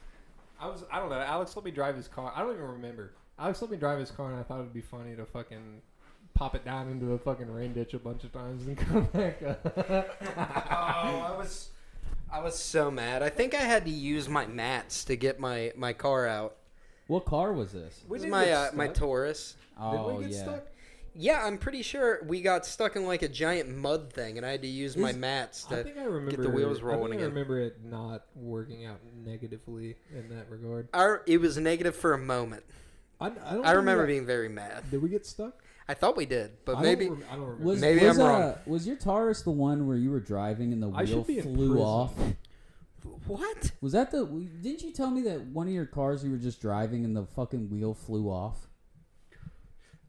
Speaker 6: I was I don't know. Alex let me drive his car. I don't even remember. Alex let me drive his car, and I thought it would be funny to fucking
Speaker 11: pop it down into a fucking rain ditch a bunch of times and come back up.
Speaker 8: Oh, I was, I was so mad. I think I had to use my mats to get my my car out.
Speaker 5: What car was this?
Speaker 8: It was my uh, my Taurus.
Speaker 5: Oh
Speaker 11: Did we get
Speaker 5: yeah.
Speaker 11: stuck?
Speaker 8: Yeah, I'm pretty sure we got stuck in like a giant mud thing, and I had to use my
Speaker 11: Is-
Speaker 8: mats
Speaker 11: I
Speaker 8: to.
Speaker 11: think I remember
Speaker 8: wheels
Speaker 11: I
Speaker 8: rolling
Speaker 11: think I
Speaker 8: again.
Speaker 11: remember it not working out negatively in that regard.
Speaker 8: Our, it was negative for a moment.
Speaker 11: I, I, don't
Speaker 8: I
Speaker 11: think
Speaker 8: remember
Speaker 11: we got-
Speaker 8: being very mad.
Speaker 11: Did we get stuck?
Speaker 8: I thought we did, but
Speaker 11: Oh, I
Speaker 8: maybe
Speaker 11: Don't, rem- I don't remember.
Speaker 5: Was,
Speaker 8: Maybe
Speaker 5: was,
Speaker 8: I'm
Speaker 5: uh,
Speaker 8: wrong.
Speaker 5: Was your Taurus the one where you were driving and the
Speaker 11: I
Speaker 5: wheel
Speaker 11: should be in
Speaker 5: flew
Speaker 11: prison.
Speaker 5: off?
Speaker 8: what?
Speaker 5: Was that the? Didn't you tell me that one of your cars you were just driving and the fucking wheel flew off?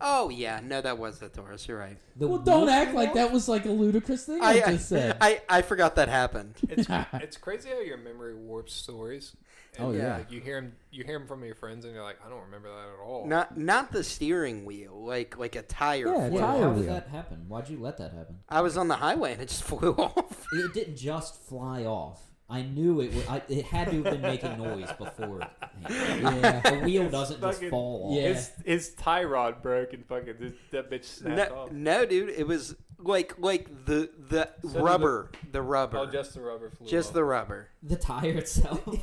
Speaker 8: Oh yeah, no, that was the Taurus. You're right.
Speaker 5: well, don't act like that was like a ludicrous thing I, just said.
Speaker 8: I, I forgot that happened.
Speaker 6: It's, it's crazy how your memory warps stories. And
Speaker 5: Oh,
Speaker 6: you-
Speaker 5: yeah.
Speaker 6: you hear them. You hear 'em from your friends, and you're like, I don't remember that at all.
Speaker 8: Not not the steering wheel, like like a tire.
Speaker 5: yeah,
Speaker 8: flew
Speaker 5: tire
Speaker 8: off.
Speaker 5: wheel.
Speaker 12: happen? Why'd you let that happen?
Speaker 8: I was on the highway and it just flew off.
Speaker 7: It didn't just fly off. I knew it. Was, I, it had to have been making noise before. Yeah, the wheel doesn't just
Speaker 6: fucking-
Speaker 7: fall off.
Speaker 5: Yeah.
Speaker 6: His, his tie rod broke and fucking this, that bitch snapped
Speaker 8: No,
Speaker 6: off.
Speaker 8: no, dude, it was like like the the
Speaker 6: did the-
Speaker 8: rubber, the rubber,
Speaker 6: Oh,
Speaker 8: just,
Speaker 6: just the rubber flew off.
Speaker 8: the rubber.
Speaker 7: The tire itself. all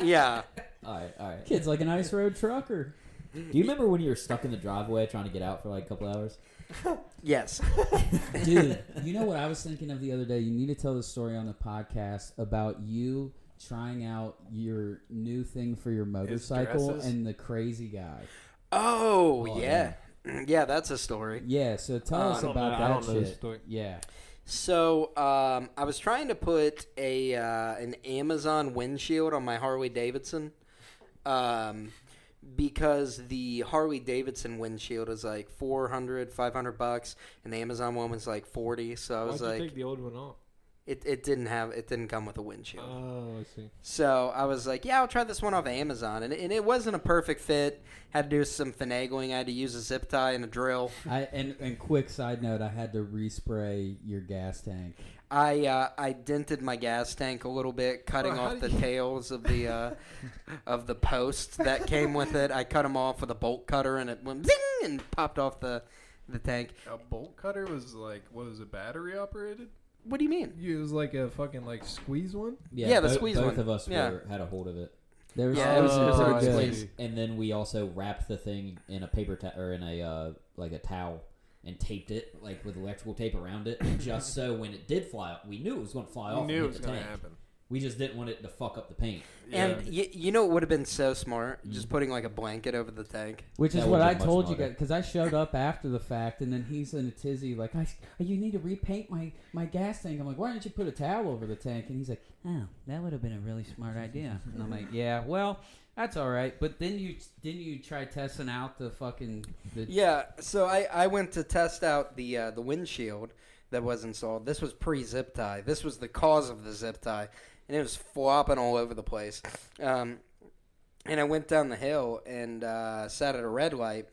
Speaker 8: Yeah,
Speaker 7: right, all right.
Speaker 5: Kid's like an ice road trucker.
Speaker 7: Do you remember when you were stuck in the driveway trying to get out for like a couple hours?
Speaker 8: yes.
Speaker 5: Dude, you know what I was thinking of the other day? You need to tell the story on the podcast about you trying out your new thing for your motorcycle
Speaker 6: dresses?
Speaker 5: and the crazy guy.
Speaker 8: Oh,
Speaker 5: Oh,
Speaker 8: yeah. yeah, that's a story.
Speaker 5: Yeah, so tell
Speaker 8: Uh,
Speaker 5: us
Speaker 8: I don't
Speaker 5: about
Speaker 11: know- I
Speaker 5: that
Speaker 11: don't know this
Speaker 5: shit.
Speaker 11: story.
Speaker 5: Yeah.
Speaker 8: So um, I was trying to put a uh, an Amazon windshield on my Harley Davidson, um, because the Harley Davidson windshield is like 400, 500 bucks, and the Amazon one was like forty. So I
Speaker 11: Why'd
Speaker 8: was
Speaker 11: you
Speaker 8: like,
Speaker 11: take the old one off?
Speaker 8: it, it didn't have it didn't come with a windshield.
Speaker 11: Oh, I see.
Speaker 8: So I was like, yeah, I'll try this one off Amazon. And, and it wasn't a perfect fit. Had to do some finagling. I had to use a zip tie and a drill.
Speaker 5: I and, and quick side note, I had to respray your gas tank.
Speaker 8: I uh, I dented my gas tank a little bit, cutting
Speaker 11: Bro, Oh, how
Speaker 8: off the
Speaker 11: did you-
Speaker 8: tails of the uh, of the posts that came with it. I cut them off with a bolt cutter, and it went zing and popped off the the tank.
Speaker 6: A bolt cutter was like, what was it, battery operated?
Speaker 8: What do you mean?
Speaker 11: You, it was like a fucking like squeeze one.
Speaker 8: Yeah, the
Speaker 7: bo-
Speaker 8: squeeze
Speaker 7: both
Speaker 8: one.
Speaker 7: of us
Speaker 8: Yeah.
Speaker 7: were, had a hold of it.
Speaker 5: There was,
Speaker 8: Yeah,
Speaker 5: there
Speaker 8: it
Speaker 5: was
Speaker 8: was- it was
Speaker 5: some
Speaker 8: a
Speaker 5: pretty
Speaker 8: good
Speaker 5: good-
Speaker 8: squeeze.
Speaker 7: And then we also wrapped the thing in a paper ta- or in a uh, like a towel and taped it like with electrical tape around it, just so when it did fly off, we knew it was going to fly off.
Speaker 6: You knew
Speaker 7: and
Speaker 6: it
Speaker 7: hit
Speaker 6: was
Speaker 7: the
Speaker 6: going to
Speaker 7: tank.
Speaker 6: happen.
Speaker 7: We just didn't want it to fuck up the paint.
Speaker 8: And y- you know it would have been so smart,
Speaker 7: Mm-hmm.
Speaker 8: just putting like a blanket over the tank.
Speaker 5: Which is
Speaker 7: That
Speaker 5: what
Speaker 7: would've
Speaker 5: I
Speaker 7: been much
Speaker 5: told you guys
Speaker 7: smarter.
Speaker 5: because I showed up after the fact, and then he's in a tizzy like, "I, you need to repaint my my gas tank." I'm like, "Why didn't you put a towel over the tank?" And he's like, "Oh, that would have been a really smart idea." and I'm like, "Yeah, well, that's all right." But then you didn't you try testing out the fucking the
Speaker 8: Yeah, so I, I went to test out the uh, the windshield that was installed. This was pre zip tie. This was the cause of the zip tie, and it was flopping all over the place. Um, and I went down the hill and uh, sat at a red light,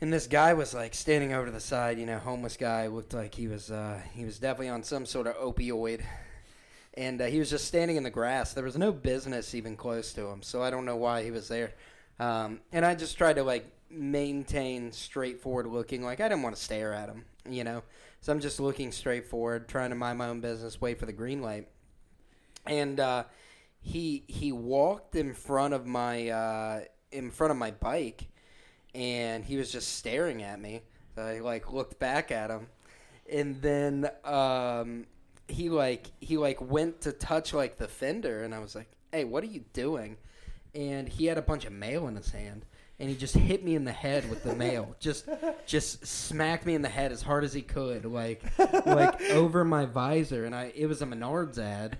Speaker 8: and this guy was like standing over to the side. You know, homeless guy looked like he was uh, he was definitely on some sort of opioid. And uh, he was just standing in the grass. There was no business even close to him, so I don't know why he was there. Um, and I just tried to like maintain straightforward looking. Like I didn't want to stare at him, you know. So I'm just looking straight forward, trying to mind my own business, wait for the green light. And uh, he he walked in front of my uh, in front of my bike, and he was just staring at me. So I like looked back at him, and then um, he like he like went to touch like the fender, and I was like, "Hey, what are you doing?" And he had a bunch of mail in his hand, and he just hit me in the head with the mail. just just smacked me in the head as hard as he could, like like over my visor, and I it was a Menards ad,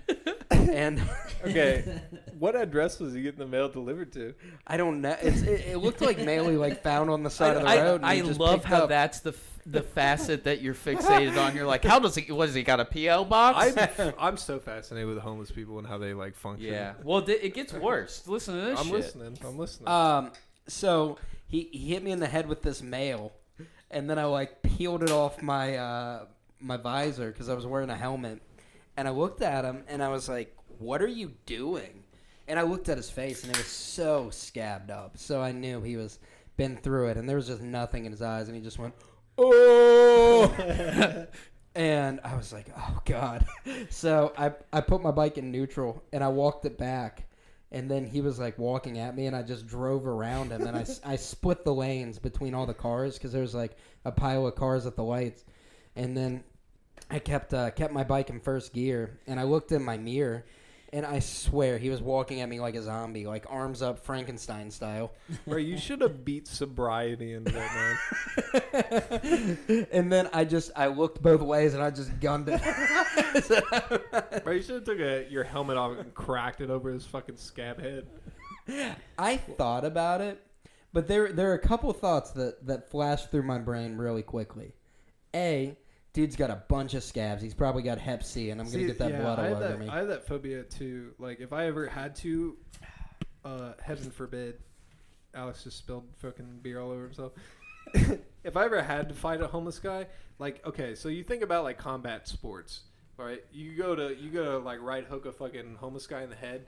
Speaker 8: and.
Speaker 11: Okay, what address was he getting the mail delivered to?
Speaker 8: I don't know. It's, it, it looked like Maley like found on the side of the
Speaker 13: I,
Speaker 8: road. and
Speaker 13: I
Speaker 8: he just
Speaker 13: love
Speaker 8: picked
Speaker 13: how
Speaker 8: up.
Speaker 13: that's the f- the facet that you're fixated on. You're like, how does he? What does he got a PO box?
Speaker 6: I'm, I'm so fascinated with homeless people and how they like function.
Speaker 13: yeah. Well, th- it gets worse. Listen to this
Speaker 6: I'm
Speaker 13: shit.
Speaker 6: listening. I'm listening.
Speaker 8: Um, so he, he hit me in the head with this mail, and then I like peeled it off my uh, my visor because I was wearing a helmet, and I looked at him and I was like, "What are you doing?" And I looked at his face and it was so scabbed up, so I knew he was been through it, and there was just nothing in his eyes, and he just went, "Oh." and I was like, "Oh God!" so I I put my bike in neutral and I walked it back, and then he was like walking at me, and I just drove around him, and I s- I split the lanes between all the cars because there was like a pile of cars at the lights, and then I kept uh, kept my bike in first gear, and I looked in my mirror, and I swear he was walking at me like a zombie, like arms up Frankenstein style.
Speaker 6: Bro, you should have beat sobriety into that man.
Speaker 8: and then I just I looked both ways, and I just gunned it.
Speaker 6: Bro, you should have took a, your helmet off and cracked it over his fucking scab head.
Speaker 8: I thought about it, but there there are a couple thoughts that that flashed through my brain really quickly. A dude's got a bunch of scabs. He's probably got Hep C, and I'm gonna
Speaker 14: See,
Speaker 8: get that
Speaker 14: yeah,
Speaker 8: blood
Speaker 14: I
Speaker 8: all
Speaker 14: have
Speaker 8: over
Speaker 14: that,
Speaker 8: me.
Speaker 14: I have that phobia too. Like if I ever had to, uh, heaven forbid, Alex just spilled fucking beer all over himself. if I ever had to fight a homeless guy, like okay, so you think about like combat sports, all right? You go to you go to like right hook a fucking homeless guy in the head.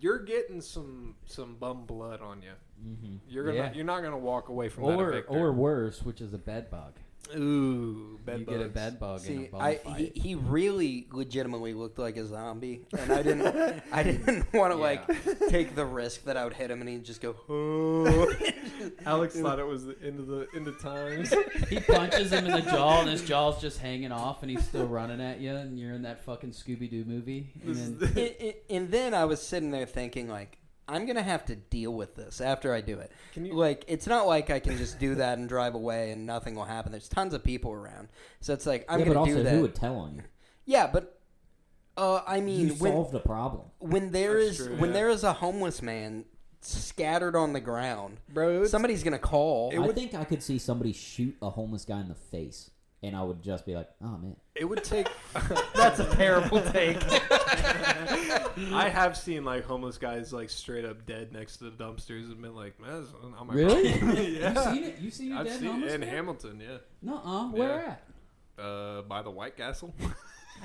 Speaker 14: You're getting some some bum blood on you.
Speaker 8: Mm-hmm.
Speaker 7: Mhm.
Speaker 14: You're gonna
Speaker 5: Yeah.
Speaker 14: you're not gonna walk away from that a
Speaker 5: Or
Speaker 14: victor.
Speaker 5: or worse, which is a bed bug.
Speaker 14: Ooh, bed
Speaker 5: you get a
Speaker 14: bugs.
Speaker 5: bed bug in a
Speaker 8: See,
Speaker 5: bum
Speaker 8: I,
Speaker 5: fight.
Speaker 8: he, he really legitimately looked like a zombie, and I didn't, I didn't want to like take the risk that I would hit him, and he'd just go. "Oh."
Speaker 6: Alex thought it was the end of the end of times.
Speaker 5: He punches him in the jaw, and his jaw's just hanging off, and he's still running at you, and you're in that fucking Scooby Doo movie. And then,
Speaker 8: and, and- and then I was sitting there thinking, like, I'm gonna have to deal with this after I do it.
Speaker 14: Can you-
Speaker 8: like, it's not like I can just do that and drive away and nothing will happen. There's tons of people around, so it's like I'm
Speaker 7: yeah,
Speaker 8: gonna
Speaker 7: but also
Speaker 8: do that.
Speaker 7: who would tell on you?
Speaker 8: Yeah, but uh, I mean,
Speaker 7: You
Speaker 8: when
Speaker 7: solved a problem.
Speaker 8: when there
Speaker 14: That's
Speaker 8: is
Speaker 14: true,
Speaker 8: when
Speaker 14: yeah.
Speaker 8: there is a homeless man scattered on the ground,
Speaker 14: bro. it's-
Speaker 8: somebody's gonna call.
Speaker 7: I think I could see somebody shoot a homeless guy in the face, and I would just be like, "Oh man,
Speaker 14: It would take.
Speaker 8: That's a terrible take.
Speaker 6: I have seen like homeless guys like straight up dead next to the dumpsters and been like, man, that's not my
Speaker 5: Really?
Speaker 6: problem." yeah.
Speaker 5: you seen it? You seen a
Speaker 6: I've
Speaker 5: dead
Speaker 6: seen
Speaker 5: homeless
Speaker 6: it in
Speaker 5: guy?
Speaker 6: Hamilton, yeah.
Speaker 5: Nuh-uh. Where
Speaker 6: Yeah.
Speaker 5: at?
Speaker 6: Uh, by the White Castle.
Speaker 5: God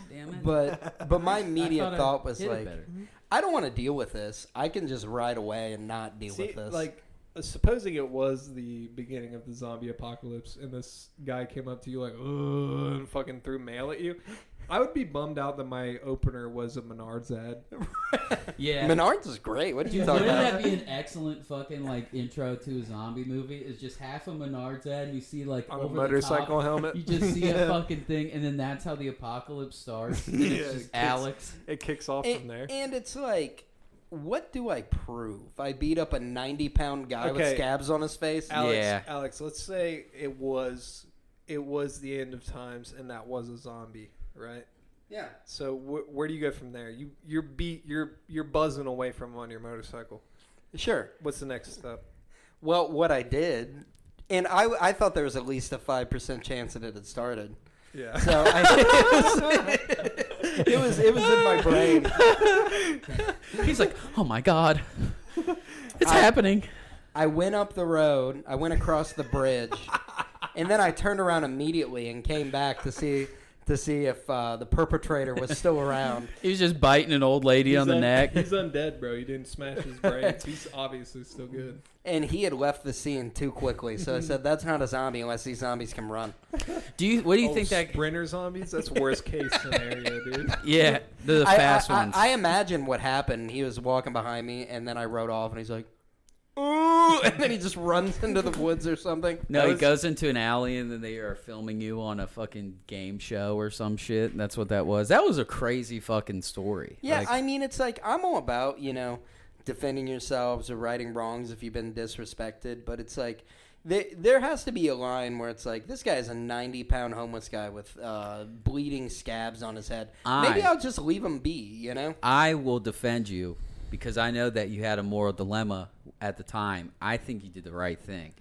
Speaker 5: damn it.
Speaker 8: But but my
Speaker 5: I
Speaker 8: immediate
Speaker 5: thought I
Speaker 8: thought was
Speaker 5: hit it
Speaker 8: like,
Speaker 5: better.
Speaker 8: I don't want to deal with this. I can just ride away and not deal
Speaker 6: See,
Speaker 8: with this.
Speaker 6: like, uh, supposing it was the beginning of the zombie apocalypse, and this guy came up to you like, "Ugh," and fucking threw mail at you, I would be bummed out that my opener was a Menards ad.
Speaker 5: yeah.
Speaker 8: Menards is great. What are you
Speaker 5: Dude,
Speaker 8: talking
Speaker 5: wouldn't
Speaker 8: about?
Speaker 5: that be an excellent fucking like intro to a zombie movie? Is just half a Menards ad, and you see like
Speaker 6: On a
Speaker 5: over
Speaker 6: motorcycle
Speaker 5: the top,
Speaker 6: helmet.
Speaker 5: You just see
Speaker 6: Yeah.
Speaker 5: a fucking thing, and then that's how the apocalypse starts. And
Speaker 6: Yeah,
Speaker 5: it's
Speaker 6: it
Speaker 5: just
Speaker 6: kicks-
Speaker 5: Alex.
Speaker 6: It kicks off
Speaker 8: and,
Speaker 6: from there.
Speaker 8: and it's like, what do I prove? I beat up a ninety-pound guy with
Speaker 6: Okay.
Speaker 8: scabs on his face.
Speaker 14: Alex,
Speaker 5: Yeah.
Speaker 14: Alex, let's say it was it was the end of times and that was a zombie, right?
Speaker 8: Yeah.
Speaker 14: So wh- where do you go from there? You you're beat you're you're buzzing away from on your motorcycle.
Speaker 8: Sure.
Speaker 14: What's the next step?
Speaker 8: Well, what I did, and I, I thought there was at least a five percent chance that it had started.
Speaker 14: Yeah.
Speaker 8: So I, it, was, it was it was in my brain.
Speaker 5: He's like, oh my god, it's
Speaker 8: I-
Speaker 5: happening.
Speaker 8: I went up the road. I went across the bridge, and then I turned around immediately and came back to see to see if uh, the perpetrator was still around.
Speaker 5: He was just biting an old lady on the
Speaker 6: un-
Speaker 5: neck.
Speaker 6: He's undead, bro. He didn't smash his brains. He's obviously still good.
Speaker 8: And he had left the scene too quickly, so I said, "That's not a zombie unless these zombies can run."
Speaker 5: Do you? What do you
Speaker 14: Oh,
Speaker 5: think that?
Speaker 14: sprinter zombies? That's
Speaker 6: That's worst case scenario, dude.
Speaker 5: Yeah, the,
Speaker 8: I,
Speaker 5: fast
Speaker 8: I, I-
Speaker 5: ones.
Speaker 8: I imagine what happened. He was walking behind me, and then I rode off, and he's like, "Ooh!" and then he just runs into the woods or something.
Speaker 5: no,
Speaker 8: That
Speaker 5: he
Speaker 8: was-
Speaker 5: goes into an alley and then they are filming you on a fucking game show or some shit. And that's what that was. That was a crazy fucking story.
Speaker 8: Yeah,
Speaker 5: Like,
Speaker 8: I mean, it's like I'm all about you know defending yourselves or righting wrongs if you've been disrespected, but it's like there there has to be a line where it's like this guy is a 90 pound homeless guy with uh, bleeding scabs on his head. Maybe
Speaker 5: I-
Speaker 8: I'll just leave him be, you know?
Speaker 5: I will defend you because I know that you had a moral dilemma at the time. I think you did the right thing.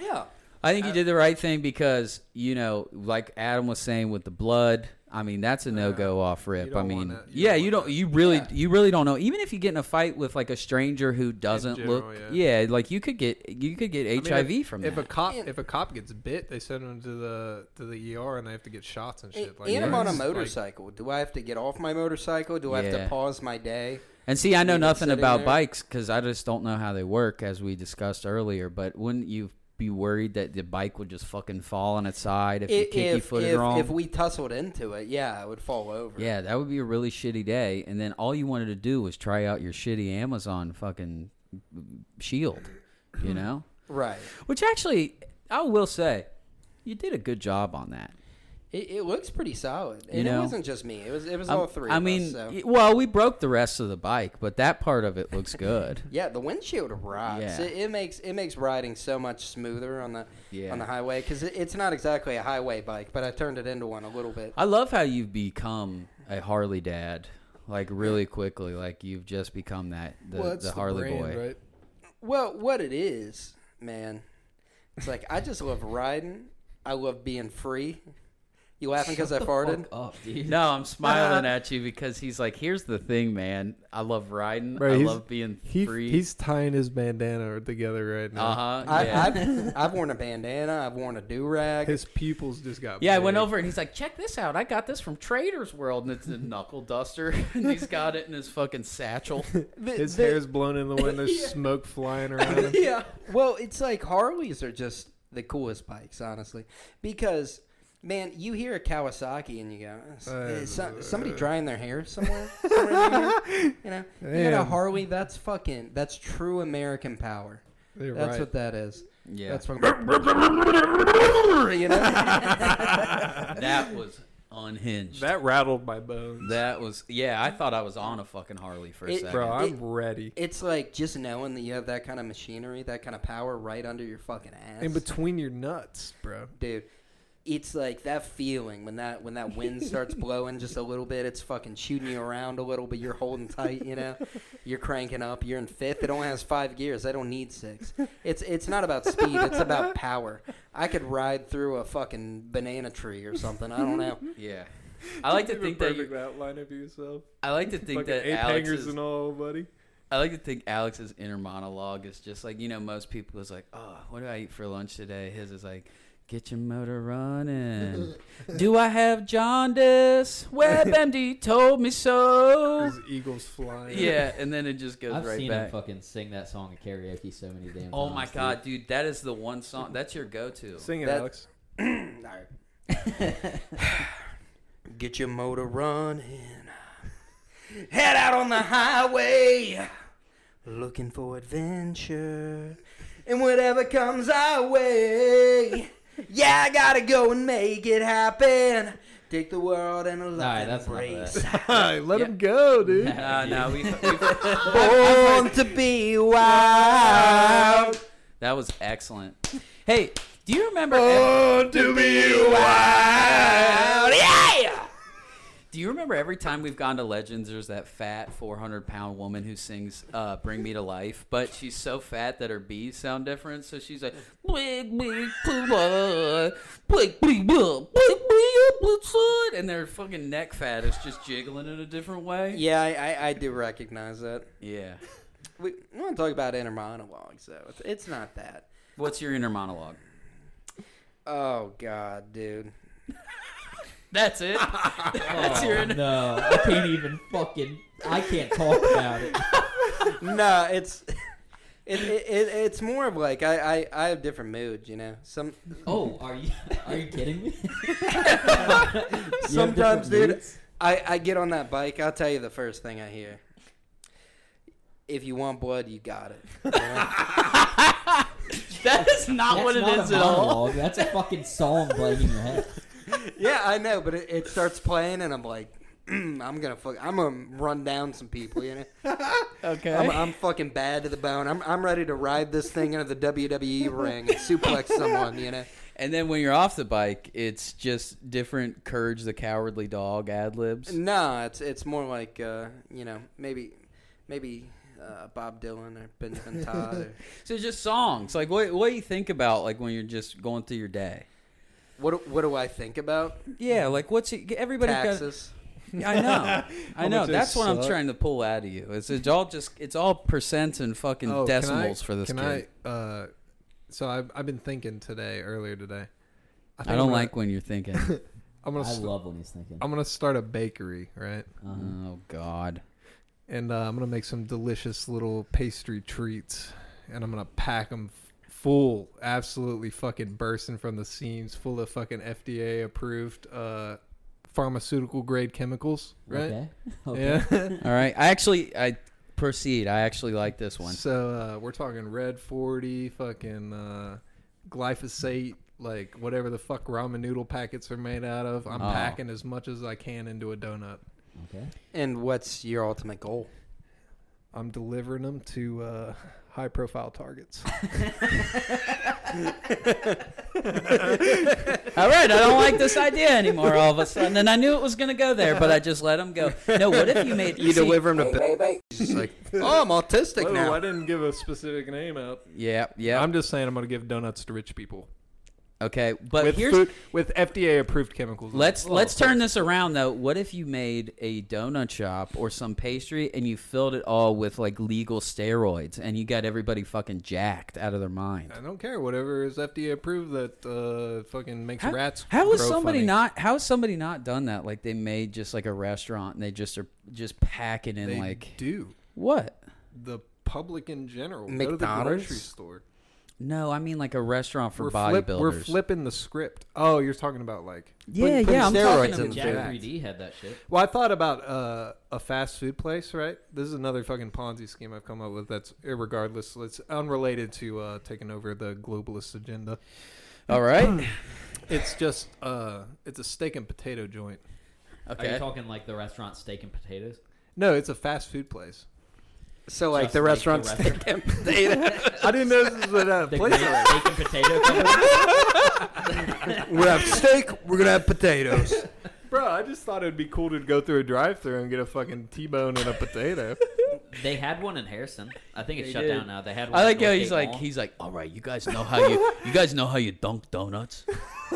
Speaker 8: Yeah.
Speaker 5: I think you did the right thing because you know, like Adam was saying with the blood. I mean, that's a no go off rip. I
Speaker 14: don't
Speaker 5: mean,
Speaker 14: wanna- Uh, you
Speaker 5: yeah,
Speaker 14: don't
Speaker 5: you
Speaker 14: want
Speaker 5: don't. You really,
Speaker 8: Yeah.
Speaker 5: you really don't know. Even if you get in a fight with like a stranger who doesn't
Speaker 6: general,
Speaker 5: look, yeah. like you could get, you could get
Speaker 14: I mean,
Speaker 5: HIV
Speaker 14: if-
Speaker 5: from
Speaker 14: if a
Speaker 5: that.
Speaker 14: cop if a cop gets bit, they send him to the to the ER and they have to get shots and shit.
Speaker 8: and I'm
Speaker 14: that's-
Speaker 8: on a
Speaker 14: like,
Speaker 8: motorcycle. Do I have to get off my motorcycle? Do I have
Speaker 5: Yeah.
Speaker 8: to pause my day?
Speaker 5: And see, I know
Speaker 8: Even
Speaker 5: nothing
Speaker 8: sitting
Speaker 5: about
Speaker 8: there?
Speaker 5: bikes because I just don't know how they work, as we discussed earlier. But wouldn't you be worried that the bike would just fucking fall on its side if you
Speaker 8: If,
Speaker 5: kicky
Speaker 8: if,
Speaker 5: footed wrong.
Speaker 8: if we tussled into it, yeah, it would fall over.
Speaker 5: yeah, that would be a really shitty day. And then all you wanted to do was try out your shitty Amazon fucking shield,
Speaker 8: Hmm.
Speaker 5: you know?
Speaker 8: Right.
Speaker 5: Which actually, I will say, you did a good job on that.
Speaker 8: It, it looks pretty solid. And
Speaker 5: know?
Speaker 8: it wasn't just me. It was it was
Speaker 5: I'm-
Speaker 8: all three.
Speaker 5: I
Speaker 8: of
Speaker 5: mean,
Speaker 8: us, so.
Speaker 5: y- well, we broke the rest of the bike, but that part of it looks good.
Speaker 8: Yeah, the windshield rocks.
Speaker 5: Yeah.
Speaker 8: It, it makes it makes riding so much smoother on the
Speaker 5: Yeah.
Speaker 8: on the highway because it, it's not exactly a highway bike, but I turned it into one a little bit.
Speaker 5: I love how you've become a Harley dad, like really quickly. Like you've just become that the,
Speaker 14: Well, that's
Speaker 5: the Harley
Speaker 14: brand,
Speaker 5: boy.
Speaker 14: right?
Speaker 8: Well, what it is, man, it's like I just love riding. I love being free. You laughing because I farted?
Speaker 7: Fuck up, dude.
Speaker 5: No, I'm smiling at you because he's like, "Here's the thing, man. I love riding.
Speaker 14: Bro,
Speaker 5: I
Speaker 14: he's-
Speaker 5: love being
Speaker 14: He,
Speaker 5: free."
Speaker 14: he's tying his bandana together right now.
Speaker 5: uh huh.
Speaker 8: I,
Speaker 5: yeah.
Speaker 8: I've, I've worn a bandana. I've worn a do rag.
Speaker 14: His pupils just got.
Speaker 5: yeah, I
Speaker 14: big.
Speaker 5: went over and he's like, "Check this out. I got this from Trader's World, and it's a knuckle duster. and he's got it in his fucking satchel."
Speaker 14: His hair's blown in the wind. There's smoke flying around him.
Speaker 8: yeah. Well, it's like Harleys are just the coolest bikes, honestly, because man, you hear a Kawasaki and you go, "Is-
Speaker 14: Uh,
Speaker 8: is so- somebody drying their hair somewhere, somewhere down here?" you know, you got a
Speaker 14: Damn.
Speaker 8: Harley. That's fucking. That's true American power.
Speaker 14: You're
Speaker 8: That's
Speaker 14: right.
Speaker 8: what that is.
Speaker 5: yeah,
Speaker 8: That's what. you know.
Speaker 5: that was unhinged.
Speaker 14: That rattled my bones,
Speaker 5: That was yeah. I thought I was on a fucking Harley for a
Speaker 8: It-
Speaker 5: second.
Speaker 14: bro. I'm
Speaker 8: It-
Speaker 14: ready.
Speaker 8: It's like just knowing that you have that kind of machinery, that kind of power right under your fucking ass.
Speaker 14: In between your nuts, bro.
Speaker 8: dude. It's like that feeling when that when that wind starts blowing just a little bit. It's fucking shooting you around a little, but you're holding tight. You know, you're cranking up. You're in fifth. It only has five gears. I don't need six. It's it's not about speed. It's about power. I could ride through a fucking banana tree or something. I don't know.
Speaker 5: Yeah, I like to
Speaker 14: You have a
Speaker 5: think that.
Speaker 14: perfect
Speaker 5: You,
Speaker 14: outline of yourself.
Speaker 5: I like to think
Speaker 14: Fucking
Speaker 5: that
Speaker 14: ape
Speaker 5: Alex
Speaker 14: hangers
Speaker 5: is,
Speaker 14: and all, buddy.
Speaker 5: I like to think Alex's inner monologue is just like you know most people is like, oh, what do I eat for lunch today? His is like. Get your motor running. Do I have jaundice? WebMD told me so.
Speaker 14: His eagles flying.
Speaker 5: Yeah, and then it just goes
Speaker 7: I've
Speaker 5: right
Speaker 7: seen him
Speaker 5: back.
Speaker 7: fucking sing that song at karaoke so many damn times.
Speaker 5: Oh my
Speaker 7: dude.
Speaker 5: god, dude, that is the one song. That's your go-to.
Speaker 14: Sing it,
Speaker 8: That-
Speaker 14: Alex.
Speaker 8: Get your motor running. Head out on the highway. Looking for adventure. And whatever comes our way. Yeah, I gotta go and make it happen. Take the world in a
Speaker 7: Alright,
Speaker 8: loving
Speaker 7: that's enough of
Speaker 8: embrace.
Speaker 7: that.
Speaker 14: Hi, let him go, dude.
Speaker 5: No, no, we, we
Speaker 8: Born to be wild.
Speaker 5: That was excellent. Hey, do you remember?
Speaker 14: to Oh, be wild.
Speaker 8: Yeah!
Speaker 5: Do you remember every time we've gone to Legends, there's that fat 400 pound woman who sings uh, "Bring Me to Life," but she's so fat that her B's sound different. So she's like, "Bring me to life, bring me up, bring me up inside," and their fucking neck fat is just jiggling in a different way.
Speaker 8: Yeah, I, I, I do recognize that.
Speaker 5: Yeah.
Speaker 8: We, we want to talk about inner monologues, though. It's, it's not that.
Speaker 5: What's your inner monologue?
Speaker 8: Oh, God, dude.
Speaker 5: That's it. That's your
Speaker 7: Oh,
Speaker 5: inner.
Speaker 7: no, I can't even fucking. I can't talk about it.
Speaker 8: no, it's it, it, it it's more of like I, I I have different moods, you know. Some
Speaker 7: Oh, are you are you kidding me?
Speaker 8: sometimes,
Speaker 7: different
Speaker 8: dude, I I get on that bike. I'll tell you the first thing I hear. If you want blood, you got it. you know?
Speaker 5: That is not
Speaker 7: That's
Speaker 5: what it
Speaker 7: not
Speaker 5: is
Speaker 7: a
Speaker 5: at all.
Speaker 7: monologue, That's a fucking song playing in your head.
Speaker 8: yeah, I know, but it, it starts playing, and I'm like, "Mm, I'm gonna fuck, I'm gonna run down some people, you know.
Speaker 5: Okay.
Speaker 8: I'm, I'm fucking bad to the bone. I'm I'm ready to ride this thing into the WWE ring and suplex someone, you know.
Speaker 5: And then when you're off the bike, it's just different Courage the Cowardly Dog ad libs.
Speaker 8: No, it's it's more like uh, you know maybe maybe uh, Bob Dylan or Benjamin Todd. Or,
Speaker 5: So it's just songs. Like what what do you think about like when you're just going through your day?
Speaker 8: what do- what do I think about
Speaker 5: Yeah, like what's it, everybody
Speaker 8: taxes?
Speaker 5: got? I know, I know.
Speaker 14: much they
Speaker 5: That's what I'm
Speaker 14: suck.
Speaker 5: trying to pull out of you. It's, it's all just it's all percents and fucking
Speaker 14: Oh, can I-
Speaker 5: decimals for this
Speaker 14: can
Speaker 5: kid.
Speaker 14: I, uh, so I've, I've been thinking today, earlier today. think
Speaker 5: I,
Speaker 14: I'm
Speaker 5: don't
Speaker 14: gonna-
Speaker 5: like when you're thinking.
Speaker 14: I'm gonna.
Speaker 7: I
Speaker 14: st-
Speaker 7: love when he's thinking.
Speaker 14: I'm gonna start a bakery, right?
Speaker 5: oh God.
Speaker 14: And uh, I'm gonna make some delicious little pastry treats, and I'm gonna pack them
Speaker 6: full, absolutely fucking bursting from the seams, full of fucking FDA approved uh, pharmaceutical grade chemicals, right?
Speaker 7: Okay. okay.
Speaker 6: Yeah.
Speaker 5: All right. I actually, I proceed. I actually like this one.
Speaker 6: so uh, we're talking red forty, fucking uh, glyphosate, like whatever the fuck ramen noodle packets are made out of. I'm
Speaker 5: Oh.
Speaker 6: packing as much as I can into a donut.
Speaker 7: Okay.
Speaker 8: And what's your ultimate goal?
Speaker 6: I'm delivering them to uh, high profile targets.
Speaker 5: All right, I don't like this idea anymore. All of a sudden, and I knew it was going to go there, but I just let him go. No, what if you made
Speaker 8: You
Speaker 5: see-
Speaker 8: deliver him to bed. He's just like, oh, I'm autistic
Speaker 6: Whoa,
Speaker 8: now.
Speaker 6: I didn't give a specific name out.
Speaker 5: Yeah, yeah.
Speaker 6: I'm just saying I'm going to give donuts to rich people
Speaker 5: okay, but
Speaker 6: with
Speaker 5: here's
Speaker 6: food, Oh, with FDA approved chemicals. in
Speaker 5: let's
Speaker 6: it.
Speaker 5: let's turn this around though. What if you made a donut shop or some pastry and you filled it all with like legal steroids and you got everybody fucking jacked out of their mind?
Speaker 6: I don't care whatever is FDA approved that uh, fucking makes rats.
Speaker 5: How is
Speaker 6: grow
Speaker 5: somebody
Speaker 6: funny.
Speaker 5: not? How has somebody not done that? Like they made just like a restaurant and they just are just packing in
Speaker 6: They
Speaker 5: like
Speaker 6: do
Speaker 5: what?
Speaker 6: the public in general Go to the
Speaker 8: McDonald's?
Speaker 6: grocery store.
Speaker 5: No, I mean like a restaurant
Speaker 6: We're,
Speaker 5: for
Speaker 6: flip-
Speaker 5: bodybuilders.
Speaker 6: we're flipping the script. Oh, you're talking about like.
Speaker 5: yeah,
Speaker 8: putting
Speaker 5: yeah. I'm
Speaker 8: steroids
Speaker 5: talking
Speaker 8: in
Speaker 5: about
Speaker 8: the
Speaker 7: Jack
Speaker 6: Jack.
Speaker 7: 3D had that shit.
Speaker 6: Well, I thought about uh, a fast food place, right? This is another fucking Ponzi scheme I've come up with. That's regardless. It's unrelated to uh, taking over the globalist agenda.
Speaker 5: All right.
Speaker 6: It's just uh, it's a steak and potato joint.
Speaker 7: Are you
Speaker 5: Okay.
Speaker 7: talking like the restaurant steak and potatoes?
Speaker 6: No, it's a fast food place.
Speaker 8: So like
Speaker 7: Just
Speaker 8: the
Speaker 7: like
Speaker 8: restaurant
Speaker 7: the
Speaker 8: steak and potato.
Speaker 6: I didn't know this was a uh,
Speaker 7: The
Speaker 6: place.
Speaker 7: great steak and potato company?
Speaker 8: we're gonna have steak. We're gonna have potatoes.
Speaker 6: Bro, I just thought it'd be cool to go through a drive-through and get a fucking T-bone and a potato.
Speaker 7: They had one in Harrison. I think it's
Speaker 5: They
Speaker 7: shut
Speaker 5: did.
Speaker 7: down now. They had one
Speaker 5: I
Speaker 7: at
Speaker 5: like how he's
Speaker 7: Northgate
Speaker 5: like
Speaker 7: Mall.
Speaker 5: he's like, all right, you guys know how you you guys know how you dunk donuts.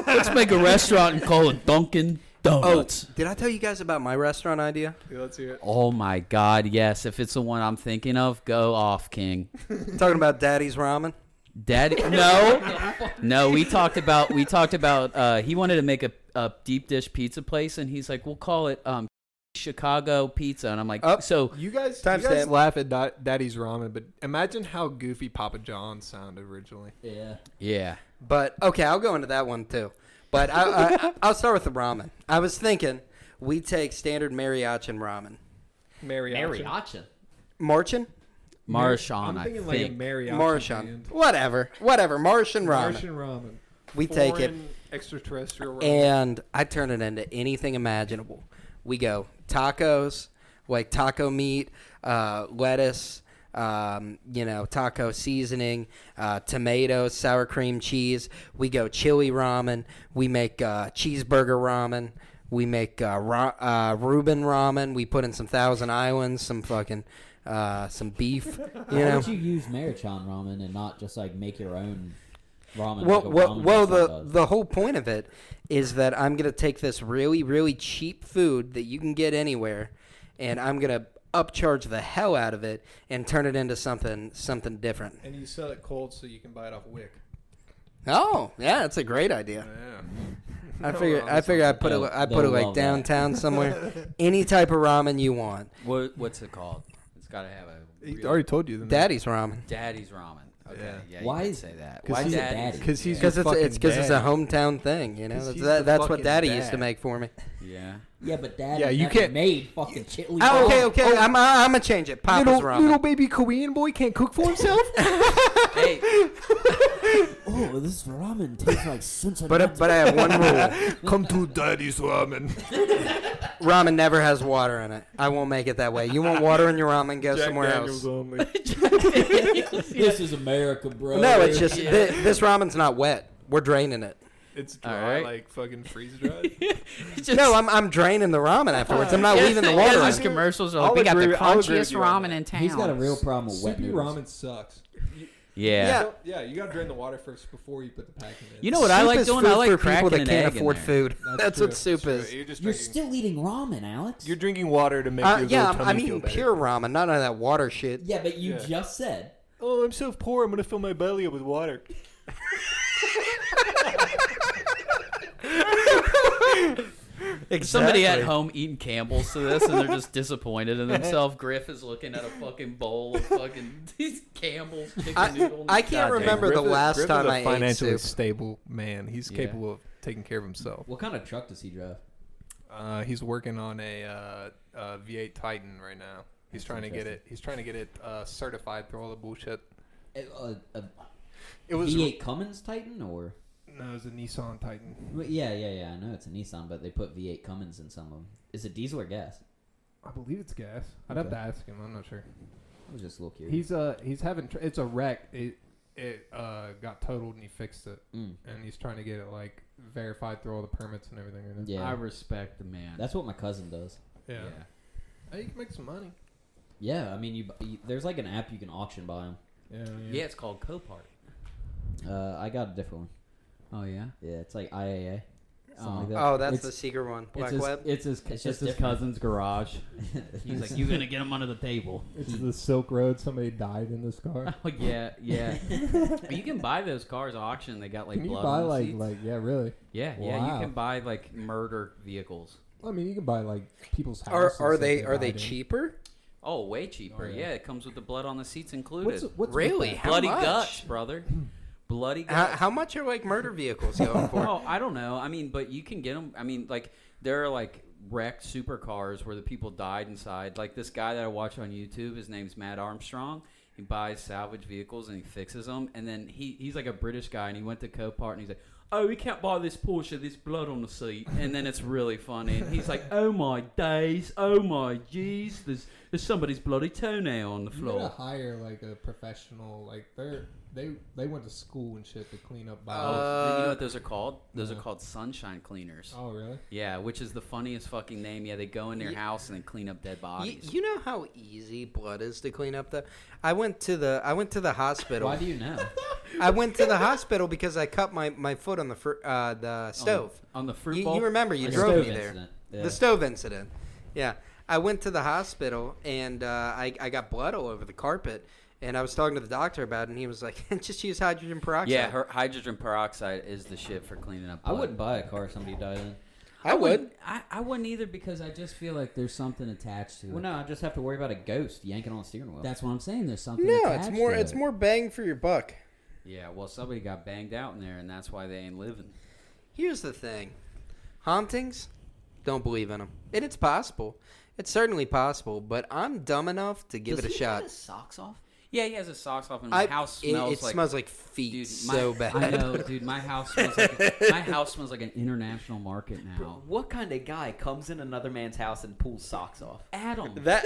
Speaker 5: Let's make a restaurant and call it Dunkin'
Speaker 8: Oh,
Speaker 5: Donuts.
Speaker 8: did I tell you guys about my restaurant idea?
Speaker 6: Yeah, let's hear it.
Speaker 5: Oh. my God, yes! If it's the one I'm thinking of, go off, King.
Speaker 8: Talking about Daddy's ramen.
Speaker 5: Daddy, no, no. We talked about we talked about uh, he wanted to make a, a deep dish pizza place, and he's like, we'll call it um, Chicago Pizza, and I'm like,
Speaker 8: Oh.
Speaker 6: Up.
Speaker 5: so
Speaker 6: You guys, you
Speaker 8: Timestamp.
Speaker 6: guys laugh at Da- Daddy's ramen, but imagine how goofy Papa John sounded originally.
Speaker 7: Yeah.
Speaker 5: yeah,
Speaker 8: But okay, I'll go into that one too. But I, I, I'll start with the ramen. I was thinking we take standard mariachi ramen.
Speaker 15: Mariachi.
Speaker 7: Mariachi.
Speaker 8: Marchin?
Speaker 5: Marshawn,
Speaker 15: I'm
Speaker 5: I
Speaker 15: thinking like
Speaker 5: think.
Speaker 15: a mariachi.
Speaker 8: Martian.
Speaker 15: band.
Speaker 8: Whatever. Whatever. Martian ramen.
Speaker 15: Martian ramen.
Speaker 8: We take it.
Speaker 6: Foreign Extraterrestrial ramen.
Speaker 8: And I turn it into anything imaginable. We go tacos, like taco meat, uh, lettuce, um, you know, taco seasoning, uh, tomatoes, sour cream cheese. We go chili ramen. We make uh, cheeseburger ramen. We make uh, ra- uh, Reuben ramen. We put in some Thousand Islands, some fucking uh, some beef. You
Speaker 7: Why
Speaker 8: know,
Speaker 7: would you use Marichan ramen and not just like make your own ramen?
Speaker 8: Well,
Speaker 7: like a
Speaker 8: well,
Speaker 7: ramen
Speaker 8: well the
Speaker 7: restaurant does?
Speaker 8: the whole point of it is that I'm gonna take this really, really cheap food that you can get anywhere, and I'm gonna upcharge the hell out of it and turn it into something something different.
Speaker 6: And you sell it cold so you can buy it off Wick.
Speaker 8: Oh, yeah, that's a great idea.
Speaker 6: Yeah.
Speaker 8: I figure I figure I put it
Speaker 7: They'll-
Speaker 8: I put it
Speaker 7: they'll
Speaker 8: like
Speaker 7: love that.
Speaker 8: downtown somewhere. Any type of ramen you want,
Speaker 5: What, what's it called? It's got to have a
Speaker 6: He
Speaker 5: real-
Speaker 6: already told you the
Speaker 8: Daddy's ramen.
Speaker 5: Daddy's ramen. Okay, yeah.
Speaker 6: Yeah.
Speaker 5: you
Speaker 7: Why
Speaker 5: could
Speaker 7: is-
Speaker 5: say that?
Speaker 7: 'cause
Speaker 5: Why
Speaker 7: he's a
Speaker 5: daddy's?
Speaker 7: daddy.
Speaker 6: Because he's
Speaker 8: Because it's it's because it's a
Speaker 6: home.
Speaker 8: hometown thing, you know.
Speaker 6: Because
Speaker 8: That's,
Speaker 6: he's
Speaker 8: that,
Speaker 6: the
Speaker 8: that's what
Speaker 6: fucking
Speaker 8: Daddy used
Speaker 6: dad.
Speaker 8: to make for me.
Speaker 5: Yeah.
Speaker 7: yeah, but dad
Speaker 6: Yeah, you
Speaker 7: never
Speaker 6: can't-
Speaker 7: made fucking chili.
Speaker 8: Oh, okay,
Speaker 7: ramen.
Speaker 8: okay. I'm I'm gonna change it. Papa's
Speaker 6: Little,
Speaker 8: ramen.
Speaker 6: little baby Korean boy can't cook for himself.
Speaker 5: Hey,
Speaker 16: Oh, this ramen tastes like Cincinnati.
Speaker 8: But but I have one rule:
Speaker 6: Come to daddy's ramen.
Speaker 8: ramen never has water in it. I won't make it that way. You want water in your ramen? Go somewhere else.
Speaker 6: only.
Speaker 7: This is America, bro.
Speaker 8: No, it's just thi- this ramen's not wet. We're draining it.
Speaker 6: It's
Speaker 5: dry,
Speaker 6: dry,
Speaker 5: right.
Speaker 6: like fucking freeze dried.
Speaker 5: just,
Speaker 8: No, I'm I'm draining the ramen afterwards. I'm not leaving the water.
Speaker 5: Those
Speaker 8: in.
Speaker 5: commercials are
Speaker 6: I'll
Speaker 5: like, we got the
Speaker 6: agree- I'll agree with
Speaker 5: crunchiest
Speaker 6: you on
Speaker 5: ramen
Speaker 6: that.
Speaker 5: in town.
Speaker 7: He's got a real problem with wet
Speaker 15: Soupy
Speaker 7: noodles.
Speaker 15: ramen sucks.
Speaker 5: Yeah.
Speaker 8: Yeah.
Speaker 15: So- yeah, you gotta drain the water first before you put the packet in.
Speaker 5: You know what I
Speaker 8: Soup
Speaker 5: like
Speaker 8: is
Speaker 5: doing?
Speaker 8: food
Speaker 5: I like
Speaker 8: for people
Speaker 5: cracking
Speaker 8: that
Speaker 5: an
Speaker 8: can't
Speaker 5: egg
Speaker 8: afford
Speaker 5: in there.
Speaker 8: food. That's,
Speaker 15: That's
Speaker 8: what
Speaker 15: true.
Speaker 8: soup is.
Speaker 6: You're just
Speaker 7: You're still eating ramen, Alex.
Speaker 6: You're drinking water to make
Speaker 8: Uh,
Speaker 6: your
Speaker 8: yeah,
Speaker 6: little
Speaker 8: I'm,
Speaker 6: tummy
Speaker 8: I'm
Speaker 6: feel
Speaker 8: eating
Speaker 6: better.
Speaker 8: pure ramen, not all that water shit.
Speaker 7: yeah, but you
Speaker 6: Yeah.
Speaker 7: just said
Speaker 6: Oh, I'm so poor. I'm gonna fill my belly up with water.
Speaker 5: Somebody at home eating Campbell's to this, and they're just disappointed in themselves. Griff is looking at a fucking bowl of fucking Campbell's chicken
Speaker 8: I,
Speaker 5: noodle.
Speaker 8: I can't
Speaker 5: God damn.
Speaker 8: remember the last time I ate
Speaker 14: financially
Speaker 8: soup.
Speaker 14: stable man. He's
Speaker 5: Yeah.
Speaker 14: capable of taking care of himself.
Speaker 7: What kind of truck does he drive?
Speaker 14: Uh, he's working on a uh, uh, V8 Titan right now. He's trying to get it. He's trying to get it uh, certified through all the bullshit.
Speaker 7: A, a, a
Speaker 14: It was
Speaker 7: V8 Cummins Titan or?
Speaker 14: no, it was a Nissan Titan.
Speaker 7: Well, Yeah, yeah, yeah. I know it's a Nissan, but they put V8 Cummins in some of them. Is it diesel or gas?
Speaker 14: I believe it's gas. I'd have to ask him. I'm not sure.
Speaker 7: I was just a little curious.
Speaker 14: He's uh he's having tr- it's a wreck. It it uh got totaled and he fixed it,
Speaker 7: Mm.
Speaker 14: and he's trying to get it like verified through all the permits and everything. Right now.
Speaker 7: Yeah,
Speaker 5: I respect the man.
Speaker 7: that's what my cousin does.
Speaker 14: Yeah.
Speaker 5: yeah.
Speaker 14: Hey, you can make some money.
Speaker 7: Yeah, I mean, you, you there's like an app you can auction by him.
Speaker 14: Yeah.
Speaker 5: Yeah, it's called Copart.
Speaker 7: Uh, I got a different one.
Speaker 5: Oh yeah.
Speaker 7: Yeah, it's like IAA.
Speaker 5: Oh.
Speaker 7: Something like
Speaker 8: Oh, that's
Speaker 7: It's-
Speaker 8: the secret one.
Speaker 9: It's
Speaker 8: Black
Speaker 9: his,
Speaker 8: web.
Speaker 9: it's his,
Speaker 7: It's
Speaker 9: it's
Speaker 7: just
Speaker 9: just his
Speaker 7: different.
Speaker 9: cousin's garage.
Speaker 7: that.
Speaker 5: He's like, you're gonna get him under the table.
Speaker 10: It's the Silk Road. Somebody died in this car.
Speaker 5: Oh yeah, yeah. you can buy those cars auction. They got like
Speaker 10: Can you
Speaker 5: blood
Speaker 10: buy
Speaker 5: on the
Speaker 10: like
Speaker 5: seats.
Speaker 10: like yeah really?
Speaker 5: yeah, yeah.
Speaker 10: Wow.
Speaker 5: You can buy like murder vehicles.
Speaker 10: I mean, you can buy like people's
Speaker 8: Are
Speaker 10: houses.
Speaker 8: are
Speaker 10: that
Speaker 8: they are
Speaker 10: died
Speaker 8: they
Speaker 10: in.
Speaker 8: cheaper?
Speaker 5: Oh, way cheaper.
Speaker 10: yeah.
Speaker 5: yeah. it comes with the blood on the seats included.
Speaker 10: What's, what's
Speaker 8: Really?
Speaker 10: With
Speaker 8: How
Speaker 5: Bloody
Speaker 8: much?
Speaker 5: guts, brother. Bloody
Speaker 8: How,
Speaker 5: guts.
Speaker 8: how much are like murder vehicles going for?
Speaker 5: Oh, I don't know. I mean, but you can get them. I mean, like there are like wrecked supercars where the people died inside. Like this guy that I watch on YouTube, his name's Matt Armstrong. He buys salvage vehicles and he fixes them, and then he he's like a British guy, and he went to Copart and he's like. Oh, we can't buy this Porsche. There's blood on the seat, and then it's really funny. And he's like, "Oh my days! Oh my jeez! There's there's somebody's bloody toenail on the
Speaker 14: You gotta
Speaker 5: floor."
Speaker 14: hire like a professional. Like they're they they went to school and shit to clean up
Speaker 5: Oh,
Speaker 14: bodies.
Speaker 5: you know what those are called? Those are called sunshine cleaners.
Speaker 14: oh really?
Speaker 5: Yeah, which is the funniest fucking name. Yeah, they go in their house and then clean up dead
Speaker 8: You,
Speaker 5: bodies.
Speaker 8: you know how easy blood is to clean up though. I went to the I went to the hospital.
Speaker 7: Why do you know?
Speaker 8: I went to the hospital because I cut my, my foot on the fr-
Speaker 5: Oh,
Speaker 8: uh, the stove.
Speaker 5: on the fruit
Speaker 8: You,
Speaker 5: bowl.
Speaker 8: you remember you
Speaker 7: Like a
Speaker 8: drove me
Speaker 7: stove
Speaker 8: there.
Speaker 7: incident. Yeah.
Speaker 8: The stove incident. Yeah, I went to the hospital and uh, I I got blood all over the carpet. And I was talking to the doctor about it, and he was like, "Just use hydrogen peroxide."
Speaker 5: yeah, her hydrogen peroxide is the shit for cleaning up.
Speaker 7: I
Speaker 5: blood.
Speaker 7: wouldn't buy a car somebody died in.
Speaker 8: I would.
Speaker 5: I, I wouldn't either because I just feel like there's something attached to it.
Speaker 7: Well, no, I just have to worry about a ghost yanking on the steering wheel.
Speaker 9: That's what I'm saying. There's something.
Speaker 8: No,
Speaker 9: attached
Speaker 8: it's more
Speaker 9: To
Speaker 8: it's
Speaker 9: it.
Speaker 8: more bang for your buck.
Speaker 5: Yeah, well, somebody got banged out in there, and that's why they ain't living.
Speaker 8: Here's the thing, hauntings, don't believe in them, and it's possible. It's certainly possible, but I'm dumb enough to give
Speaker 5: Does
Speaker 8: it a
Speaker 5: he
Speaker 8: shot.
Speaker 5: Have his socks off? Yeah, he has his socks off, and
Speaker 8: I-
Speaker 5: my house
Speaker 8: it-
Speaker 5: smells
Speaker 8: it,
Speaker 5: like.
Speaker 8: smells like feet
Speaker 5: dude, my,
Speaker 8: so bad.
Speaker 5: I know, dude. My house smells like my house smells like an international market now.
Speaker 9: What kind of guy comes in another man's house and pulls socks off?
Speaker 5: Adam,
Speaker 8: That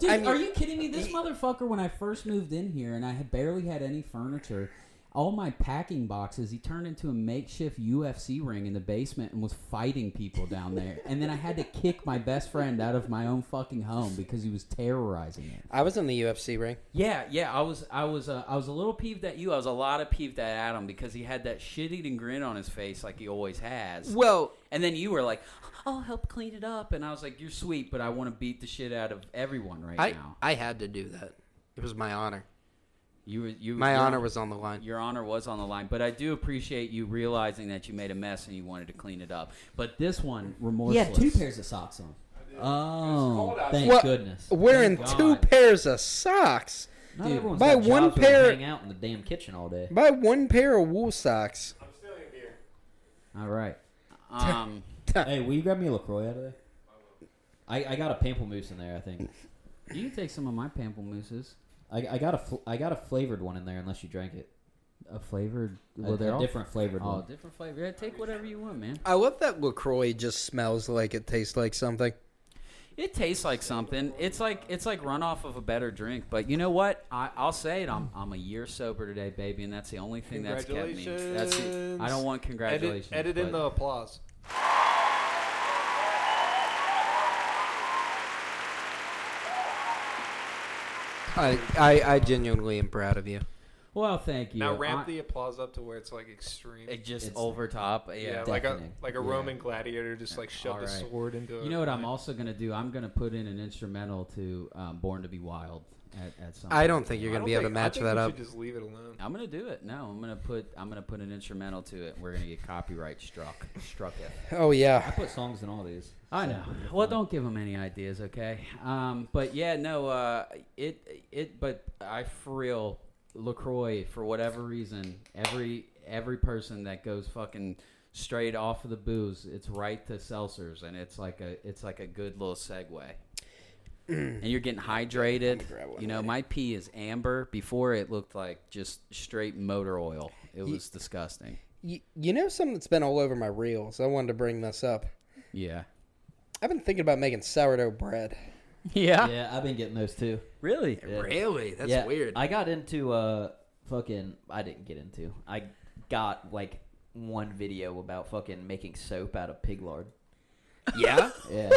Speaker 9: Dude,
Speaker 8: I mean-
Speaker 9: are you kidding me? This motherfucker, when I first moved in here and I had barely had any furniture, all my packing boxes, he turned into a makeshift UFC ring in the basement and was fighting people down there. and then I had to kick my best friend out of my own fucking home because he was terrorizing it.
Speaker 8: I was in the UFC ring.
Speaker 5: Yeah, yeah, I was, I was, uh, I was a little peeved at you. I was a lot of peeved at Adam because he had that shit-eating grin on his face, like he always has.
Speaker 8: Well,
Speaker 5: and then you were like, "I'll help clean it up," and I was like, "You're sweet, but I want to beat the shit out of everyone right
Speaker 8: I
Speaker 5: now."
Speaker 8: I had to do that. It was my honor.
Speaker 5: You, were- you,
Speaker 8: My
Speaker 5: your-
Speaker 8: honor was on the line.
Speaker 5: your honor was on the line, but I do appreciate you realizing that you made a mess and you wanted to clean it up. But this one,
Speaker 7: He had
Speaker 5: remorseless.
Speaker 7: two pairs of socks on.
Speaker 9: Oh,
Speaker 7: Thank
Speaker 8: Well,
Speaker 7: goodness.
Speaker 8: Wearing
Speaker 5: Thank
Speaker 8: two
Speaker 5: God.
Speaker 8: pairs of socks.
Speaker 7: Not
Speaker 9: dude,
Speaker 7: everyone's
Speaker 8: buy
Speaker 7: got
Speaker 8: one
Speaker 7: jobs where they
Speaker 8: pair-
Speaker 7: Hang out in the damn kitchen all day.
Speaker 8: Buy one pair of wool socks.
Speaker 5: All right. Um,
Speaker 7: hey, will you grab me a Lacroix out of there? I, I got a pamplemousse in there. I think
Speaker 5: you can take some of my pamplemousses.
Speaker 7: I, I got a fl- I got a flavored one in there. Unless you drank it,
Speaker 5: A flavored,
Speaker 7: a,
Speaker 5: well, they're
Speaker 7: a
Speaker 5: all
Speaker 7: different flavored
Speaker 5: Oh,
Speaker 7: one.
Speaker 5: different flavor. Yeah, take whatever you want, man.
Speaker 8: I love that Lacroix just smells like it tastes like something.
Speaker 5: It tastes like something. It's like it's like runoff of a better drink. But you know what? I, I'll say it. I'm I'm a year sober today, baby, and that's the only thing that's kept me. That's the, I don't want congratulations.
Speaker 14: Edit, edit in the
Speaker 5: but-
Speaker 14: applause.
Speaker 8: I, I, I genuinely am proud of you.
Speaker 17: Well, thank you.
Speaker 6: Now ramp
Speaker 17: I-
Speaker 6: the applause up to where it's like extreme.
Speaker 5: It just
Speaker 17: It's-
Speaker 5: over top. Yeah.
Speaker 6: like a
Speaker 17: deafening.
Speaker 6: like a
Speaker 17: Yeah.
Speaker 6: Roman gladiator just like shoved a
Speaker 17: Alright.
Speaker 6: sword into.
Speaker 17: you know what I'm also gonna do? I'm gonna put in an instrumental to um, "Born to Be Wild" at, at some.
Speaker 8: I
Speaker 17: point.
Speaker 8: don't think you're
Speaker 6: I
Speaker 8: going
Speaker 6: don't
Speaker 8: to be able to
Speaker 6: think- I
Speaker 8: match
Speaker 6: think
Speaker 8: that
Speaker 6: we
Speaker 8: up.
Speaker 6: Should just leave it alone.
Speaker 5: I'm gonna do it. No, I'm gonna put I'm gonna put an instrumental to it. and We're gonna get copyright struck. Struck it.
Speaker 8: Oh yeah.
Speaker 7: put songs in all these.
Speaker 17: I
Speaker 7: So,
Speaker 17: know.
Speaker 7: you're
Speaker 17: Well,
Speaker 7: fine.
Speaker 17: don't give them any ideas, okay? Um, but yeah, no. Uh, it it. But I for real, Lacroix for whatever reason, every every person that goes fucking straight off of the booze, it's right to seltzers, and it's like a it's like a good little segue. and you're getting hydrated. You know, my pee is amber. Before it looked like just straight motor oil. It was disgusting.
Speaker 8: You, you know something that's been all over my reels. I wanted to bring this up.
Speaker 17: Yeah.
Speaker 8: I've been thinking about making sourdough bread.
Speaker 5: Ah.
Speaker 17: Yeah.
Speaker 7: Yeah, I've been getting those too.
Speaker 17: Really?
Speaker 7: Yeah.
Speaker 8: Really? That's
Speaker 7: yeah, I got into uh fucking I didn't get into. I got like one video about fucking making soap out of pig lard.
Speaker 8: yeah,
Speaker 7: Yeah.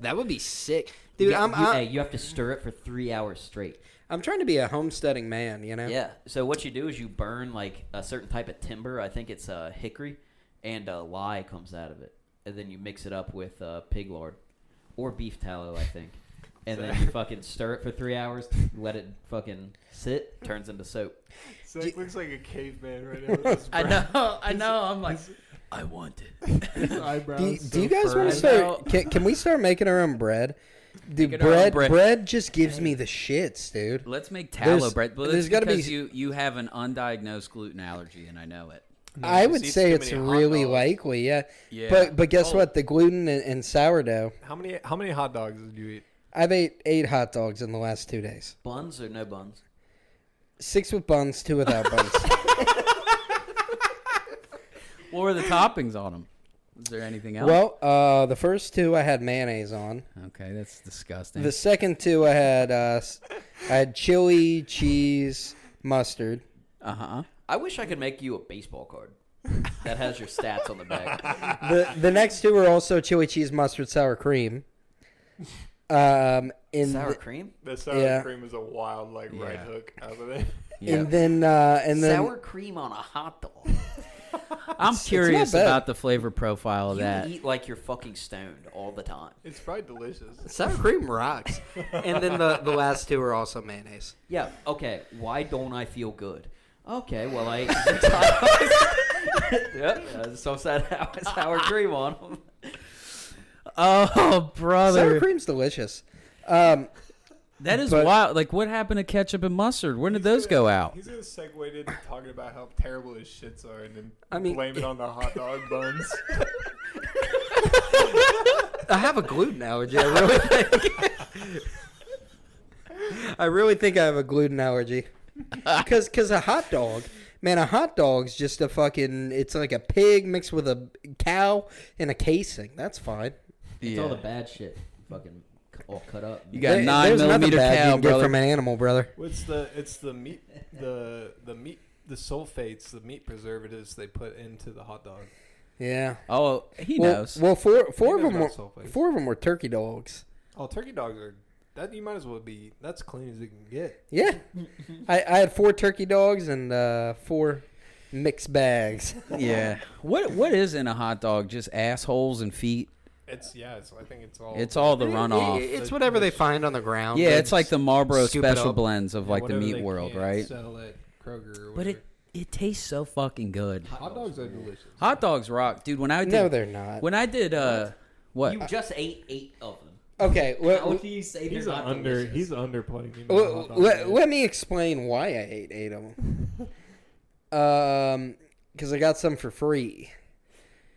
Speaker 8: that would be sick, dude.
Speaker 7: Yeah,
Speaker 8: I'm,
Speaker 7: you, hey,
Speaker 8: I'm
Speaker 7: you have to stir it for three hours straight.
Speaker 8: I'm trying to be a homesteading man. You know.
Speaker 7: Yeah. So what you do is you burn like a certain type of timber. I think it's uh, hickory, and uh, lye comes out of it, and then you mix it up with uh, pig lard or beef tallow, I think. And then you fucking stir it for three hours, let it fucking sit, turns into soap.
Speaker 6: Zach looks like a caveman right now. With his
Speaker 5: I know. I know. I'm like, I want it.
Speaker 6: eyebrows.
Speaker 8: Do you, do you guys
Speaker 5: furry.
Speaker 8: want to start? Can, can we start making our own bread?
Speaker 5: our
Speaker 8: Dude,
Speaker 5: own
Speaker 8: bread,
Speaker 5: bread.
Speaker 8: bread just gives me the shits, dude.
Speaker 5: Let's make tallow
Speaker 8: There's-
Speaker 5: bread. But
Speaker 8: there's
Speaker 5: there's got to
Speaker 8: gotta be-
Speaker 5: be you. You have an undiagnosed gluten allergy, and I know it.
Speaker 8: I
Speaker 6: just
Speaker 8: would
Speaker 6: eat
Speaker 8: say
Speaker 6: too
Speaker 8: it's
Speaker 6: many hot
Speaker 8: really
Speaker 6: dogs.
Speaker 8: likely, yeah.
Speaker 5: Yeah.
Speaker 8: But but guess what? The gluten and, and sourdough.
Speaker 6: How many how many hot dogs did you eat?
Speaker 8: I've ate eight hot dogs in the last two days.
Speaker 7: Buns or no buns?
Speaker 8: Six with buns, two without buns.
Speaker 5: What were the toppings on them? Is there anything else?
Speaker 8: Well, uh, the first two I had mayonnaise on.
Speaker 5: okay, that's disgusting.
Speaker 8: The second two I had uh, s- I had chili, cheese, mustard.
Speaker 5: Uh huh.
Speaker 7: I wish I could make you a baseball card that has your stats on the back.
Speaker 8: The the next two were also chili, cheese, mustard, sour cream. Um, in
Speaker 7: Sour
Speaker 8: the-
Speaker 7: cream?
Speaker 6: The sour
Speaker 8: Yeah.
Speaker 6: cream is a wild like right
Speaker 5: Yeah.
Speaker 6: hook Uh, out of there.
Speaker 8: And then, uh, and then,
Speaker 7: Sour cream on a hot dog.
Speaker 5: I'm curious
Speaker 8: bad.
Speaker 5: about the flavor profile of that.
Speaker 7: You eat like you're fucking stoned all the time.
Speaker 6: It's probably delicious.
Speaker 8: sour cream rocks. and then the, the last two are also mayonnaise.
Speaker 7: Yeah, okay, why don't I feel good? Okay, well, I. yep, uh, so sad sour cream on them.
Speaker 5: Oh,
Speaker 8: Sour
Speaker 5: brother,
Speaker 8: cream's delicious. Um,
Speaker 5: that is
Speaker 8: but-
Speaker 5: wild. Like, what happened to ketchup and mustard? When did those go out?
Speaker 6: He's gonna segue into talking about how terrible his shits are and then
Speaker 8: I mean-
Speaker 6: blame it on the hot dog buns.
Speaker 8: I have a gluten allergy. I really think. I really think I have a gluten allergy. Cause, cause a hot dog, man, a hot dog's just a fucking. It's like a pig mixed with a cow and a casing. That's fine.
Speaker 7: It's all the bad shit. Fucking c- all cut up.
Speaker 5: You got
Speaker 8: There-
Speaker 5: nine
Speaker 8: there's nothing
Speaker 5: millimeter
Speaker 8: bad you
Speaker 5: cow,
Speaker 8: can get
Speaker 5: brother.
Speaker 8: from an animal, brother.
Speaker 6: What's the it's the meat the the meat the sulfates, the meat preservatives they put into the hot dog.
Speaker 8: Yeah.
Speaker 5: oh, he
Speaker 8: well,
Speaker 5: knows.
Speaker 8: Well, four four of
Speaker 6: knows
Speaker 8: them were
Speaker 6: about sulfates.
Speaker 8: four of them were turkey dogs.
Speaker 6: Oh, turkey dogs are that you might as well be that's clean as it can get.
Speaker 8: Yeah, I, I had four turkey dogs and uh, four mixed bags.
Speaker 5: yeah. What What is in a hot dog? Just assholes and feet.
Speaker 6: It's yeah, it's, I think it's all
Speaker 5: It's all the runoff.
Speaker 8: It's whatever they find on the ground.
Speaker 5: Yeah, it's like the Marlboro
Speaker 8: scoop it
Speaker 5: special
Speaker 8: up.
Speaker 5: blends of
Speaker 6: yeah,
Speaker 5: like the
Speaker 6: whatever
Speaker 5: meat
Speaker 6: they
Speaker 5: world,
Speaker 6: can
Speaker 5: right?
Speaker 6: Sell at Kroger or
Speaker 5: But
Speaker 6: whatever.
Speaker 5: it it tastes so fucking good.
Speaker 6: hot dogs are delicious.
Speaker 5: Hot dogs rock, dude. When I did,
Speaker 8: No, they're not.
Speaker 5: When I did, uh, what?
Speaker 7: You just ate eight of them.
Speaker 8: Okay,
Speaker 7: How
Speaker 8: well,
Speaker 7: can you say
Speaker 6: He's
Speaker 7: they're not
Speaker 6: under
Speaker 7: delicious?
Speaker 6: he's underplaying me.
Speaker 8: well, let, let me explain why I ate eight of them. um, because I got some for free.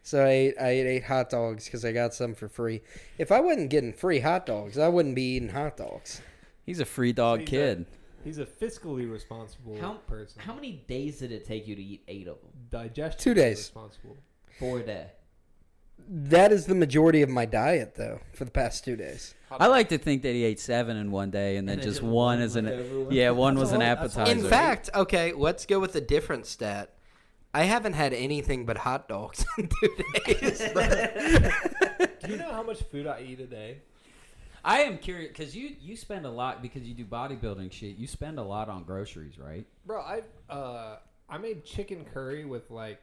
Speaker 8: So I ate, I ate eight hot dogs because I got some for free. If I wasn't getting free hot dogs, I wouldn't be eating hot dogs.
Speaker 5: He's a free dog
Speaker 6: He's a-
Speaker 5: kid.
Speaker 6: He's a fiscally responsible
Speaker 7: How-
Speaker 6: person.
Speaker 7: How many days did it take you to eat eight of them?
Speaker 6: digestion?
Speaker 8: Two days.
Speaker 6: Responsible.
Speaker 7: Four a day.
Speaker 8: That is the majority of my diet, though, for the past two days.
Speaker 5: I like to think that he ate seven in one day, and then just one as an yeah, one was an appetizer.
Speaker 8: In fact, okay, let's go with a different stat. I haven't had anything but hot dogs in two days.
Speaker 6: Do you know how much food I eat a day?
Speaker 9: I am curious because you you spend a lot because you do bodybuilding shit. You spend a lot on groceries, right?
Speaker 6: Bro, I uh, I made chicken curry with like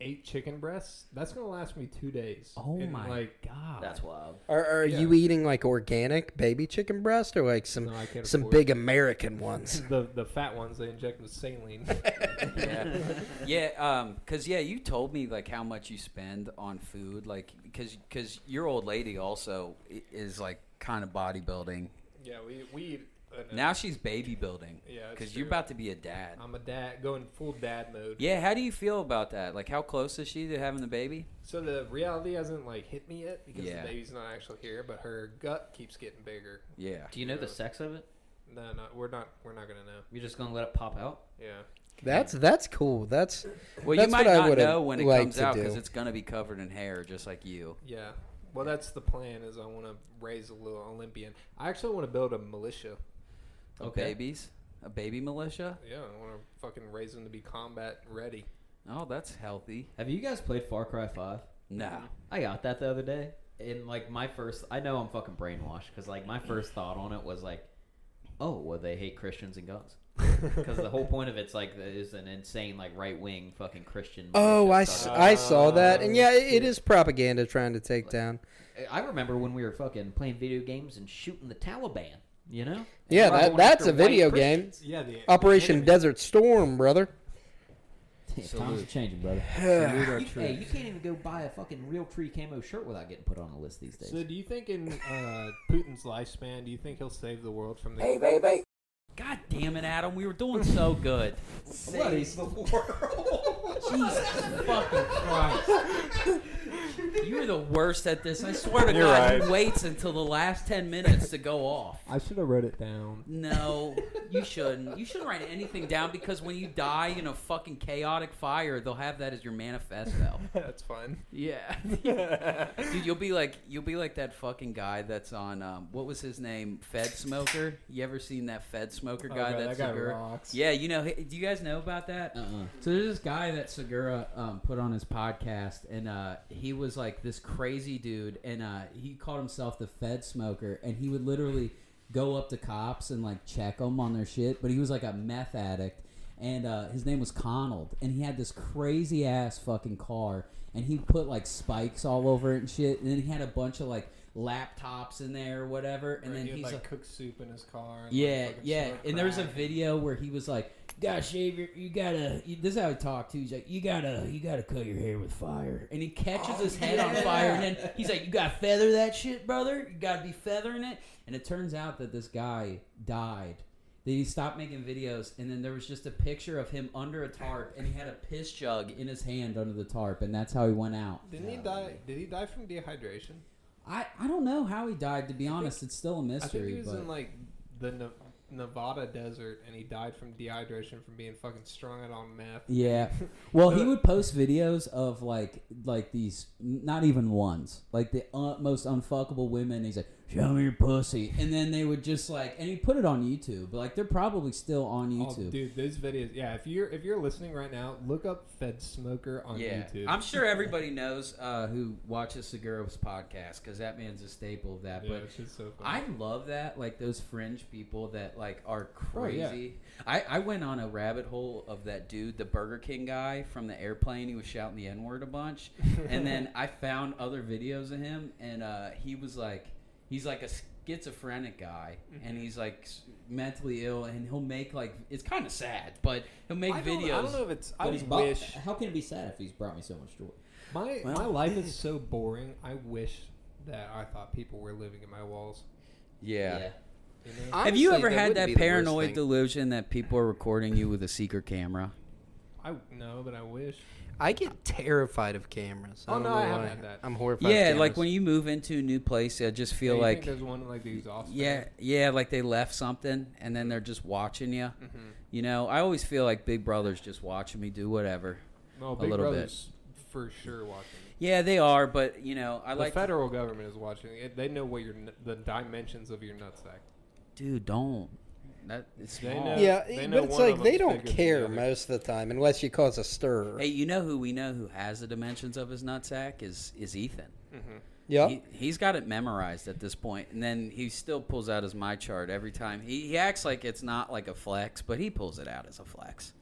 Speaker 6: eight chicken breasts. That's gonna last me two days.
Speaker 9: Oh
Speaker 6: And,
Speaker 9: my
Speaker 6: Like,
Speaker 9: god!
Speaker 7: That's wild.
Speaker 8: Are, are
Speaker 6: Yeah.
Speaker 8: you eating like organic baby chicken breast or like some
Speaker 6: No, I can't
Speaker 8: some
Speaker 6: afford
Speaker 8: big American ones?
Speaker 6: the the fat ones they inject with saline.
Speaker 5: yeah, yeah. Um, cause yeah, you told me like how much you spend on food, like cause cause your old lady also i- is like kind of bodybuilding.
Speaker 6: yeah, we we eat an-
Speaker 5: Now she's baby building.
Speaker 6: Yeah, that's
Speaker 5: cause you're
Speaker 6: true.
Speaker 5: about to be a dad.
Speaker 6: I'm a dad going full dad mode.
Speaker 5: Yeah, how do you feel about that? Like, how close is she to having the baby?
Speaker 6: So the reality hasn't like hit me yet because
Speaker 5: Yeah.
Speaker 6: the baby's not actually here, but her gut keeps getting bigger.
Speaker 5: Yeah.
Speaker 7: Do you know the sex of it?
Speaker 6: No, no, we're not we're not gonna know.
Speaker 7: You're just gonna let it pop out?
Speaker 6: Yeah.
Speaker 8: That's that's cool. That's
Speaker 5: Well,
Speaker 8: That's
Speaker 5: you might
Speaker 8: what I
Speaker 5: not
Speaker 8: would've
Speaker 5: know when it
Speaker 8: liked
Speaker 5: comes
Speaker 8: to
Speaker 5: out because
Speaker 8: do.
Speaker 5: it's gonna be covered in hair, just like you.
Speaker 6: Yeah. Well, that's the plan. Is I want to raise a little Olympian. I actually want to build a militia.
Speaker 5: A
Speaker 7: Okay.
Speaker 5: Babies, a baby militia.
Speaker 6: Yeah, I want to fucking raise them to be combat ready.
Speaker 5: Oh, that's healthy.
Speaker 7: Have you guys played Far Cry Five?
Speaker 5: No.
Speaker 7: I got that the other day, and like my first, I know I'm fucking brainwashed because like my first thought on it was like, oh, well they hate Christians and guns because the whole point of it's like there is an insane like right wing fucking Christian.
Speaker 8: oh, I,
Speaker 7: militia
Speaker 8: s-
Speaker 7: stuff.
Speaker 8: I saw that, and yeah, it, it is propaganda trying to take down.
Speaker 7: I remember when we were fucking playing video games and shooting the Taliban. You know? And
Speaker 8: Yeah,
Speaker 7: we're
Speaker 8: that,
Speaker 7: going
Speaker 8: that's
Speaker 7: after
Speaker 8: a video
Speaker 7: white
Speaker 8: game.
Speaker 6: Yeah, the
Speaker 8: Operation Desert Storm, brother.
Speaker 9: Yeah, times are changing, brother.
Speaker 5: Salute our
Speaker 7: Christians. You, hey,
Speaker 5: troops.
Speaker 7: you can't even go buy a fucking real tree camo shirt without getting put on a list these days.
Speaker 6: So, do you think in uh, Putin's lifespan, do you think he'll save the world from the?
Speaker 5: God damn it, Adam! We were doing so good.
Speaker 7: What is the world?
Speaker 5: Fucking Christ! You're the worst at this. I swear to
Speaker 4: You're
Speaker 5: God,
Speaker 4: right.
Speaker 5: he waits until the last ten minutes to go off.
Speaker 6: I should have wrote it down.
Speaker 5: No, you shouldn't. You shouldn't write anything down because when you die in a fucking chaotic fire, they'll have that as your manifesto.
Speaker 6: that's fun.
Speaker 5: Yeah. Dude, you'll be like you'll be like that fucking guy that's on um, what was his name? Fed Smoker. You ever seen that Fed Smoker guy
Speaker 6: Oh, God, that
Speaker 5: that's
Speaker 6: guy
Speaker 5: Segura?
Speaker 6: rocks.
Speaker 5: Yeah, you know do you guys know about that?
Speaker 9: Uh-uh. So there's this guy that Segura um, put on his podcast, and uh, he was like this crazy dude, and uh, he called himself the Fed Smoker, and he would literally go up to cops and like check them on their shit, but he was like a meth addict, and uh, his name was Conald, and he had this crazy ass fucking car, and he put like spikes all over it and shit, and then he had a bunch of like laptops in there or whatever, and
Speaker 6: Where
Speaker 9: then
Speaker 6: he would,
Speaker 9: he's
Speaker 6: like,
Speaker 9: like
Speaker 6: cook soup in his car. and,
Speaker 9: yeah,
Speaker 6: like, fucking
Speaker 9: yeah.
Speaker 6: smoke
Speaker 9: And there was a
Speaker 6: crack.
Speaker 9: video where he was like, "You "Gotta shave your, you gotta." You, this is how he talked too. He's like, "You gotta, you gotta cut your hair with fire." And he catches
Speaker 6: Oh,
Speaker 9: his head on fire, and then he's like, "You gotta feather that shit, brother. You gotta be feathering it." And it turns out that this guy died. Then he stopped making videos, and then there was just a picture of him under a tarp, and he had a piss jug in his hand under the tarp, and that's how he went out.
Speaker 6: Didn't he die? Did he die from dehydration?
Speaker 9: I, I don't know how he died. To be honest, it's still a
Speaker 6: I think he
Speaker 9: mystery.
Speaker 6: was
Speaker 9: But
Speaker 6: in like the Ne- Nevada desert, and he died from dehydration from being fucking strung out on meth.
Speaker 9: Yeah. Well, he would post videos of like like these not even ones, like the uh, most unfuckable women. He's like, "Show me your pussy," and then they would just like, and he put it on YouTube. But, like they're probably still on
Speaker 6: Oh,
Speaker 9: YouTube.
Speaker 6: dude, those videos. Yeah, if you're if you're listening right now, look up Fed Smoker on
Speaker 5: yeah.
Speaker 6: YouTube.
Speaker 5: I'm sure everybody knows uh, who watches Segura's podcast because that man's a staple of that.
Speaker 6: yeah,
Speaker 5: but
Speaker 6: it's just so funny.
Speaker 5: I love that, like those fringe people that like are
Speaker 6: Oh, yeah.
Speaker 5: crazy. I, I went on a rabbit hole of that dude, the Burger King guy from the airplane. He was shouting the N word a bunch, and then I found other videos of him, and uh, he was like, he's like a schizophrenic guy, and he's like s- mentally ill, and he'll make like it's kind of sad, but he'll make
Speaker 6: I don't,
Speaker 5: videos.
Speaker 6: I don't know if it's. I
Speaker 9: But he's
Speaker 6: just
Speaker 9: bought-
Speaker 6: wish
Speaker 9: How can it be sad if he's brought me so much joy?
Speaker 6: my
Speaker 5: Well-
Speaker 6: my life is so boring. I wish that I thought people were living in my walls.
Speaker 5: Yeah.
Speaker 6: You know?
Speaker 5: Have you
Speaker 8: Honestly,
Speaker 5: ever had
Speaker 8: wouldn't be
Speaker 5: that
Speaker 8: the worst
Speaker 5: paranoid
Speaker 8: thing.
Speaker 5: delusion that people are recording you with a secret camera?
Speaker 6: I no, but I wish.
Speaker 8: I get terrified of cameras. I
Speaker 6: Oh,
Speaker 8: don't
Speaker 6: no,
Speaker 8: know
Speaker 6: I haven't
Speaker 8: why.
Speaker 6: had that.
Speaker 8: I'm horrified.
Speaker 5: Yeah,
Speaker 8: of
Speaker 5: like
Speaker 8: cameras.
Speaker 5: when you move into a new place, I just
Speaker 6: Yeah,
Speaker 5: feel
Speaker 6: you
Speaker 5: like
Speaker 6: think there's one like the exhaust. fan?
Speaker 5: Yeah, yeah, like they left something and then they're just watching you.
Speaker 6: Mm-hmm.
Speaker 5: You know, I always feel like Big Brother's just watching me do whatever.
Speaker 6: no,
Speaker 5: a
Speaker 6: Oh, Big
Speaker 5: little bit.
Speaker 6: Brother's for sure watching.
Speaker 5: Yeah, they are, but you know, I
Speaker 6: the
Speaker 5: like
Speaker 6: federal government is watching. It, they know what your n- the dimensions of your nutsack.
Speaker 5: dude, don't. That it's
Speaker 6: They
Speaker 5: small.
Speaker 6: know.
Speaker 8: yeah,
Speaker 6: They know
Speaker 8: but it's
Speaker 6: one of
Speaker 8: like
Speaker 6: them's
Speaker 8: they don't
Speaker 6: bigger than the
Speaker 8: care
Speaker 6: other.
Speaker 8: most of the time unless you cause a stir.
Speaker 5: Hey, you know who we know who has the dimensions of his nutsack is is Ethan.
Speaker 6: Oh.
Speaker 8: Yeah.
Speaker 5: He, he's got it memorized at this point, and then he still pulls out his my chart every time. He, he acts like it's not like a flex, but he pulls it out as a flex.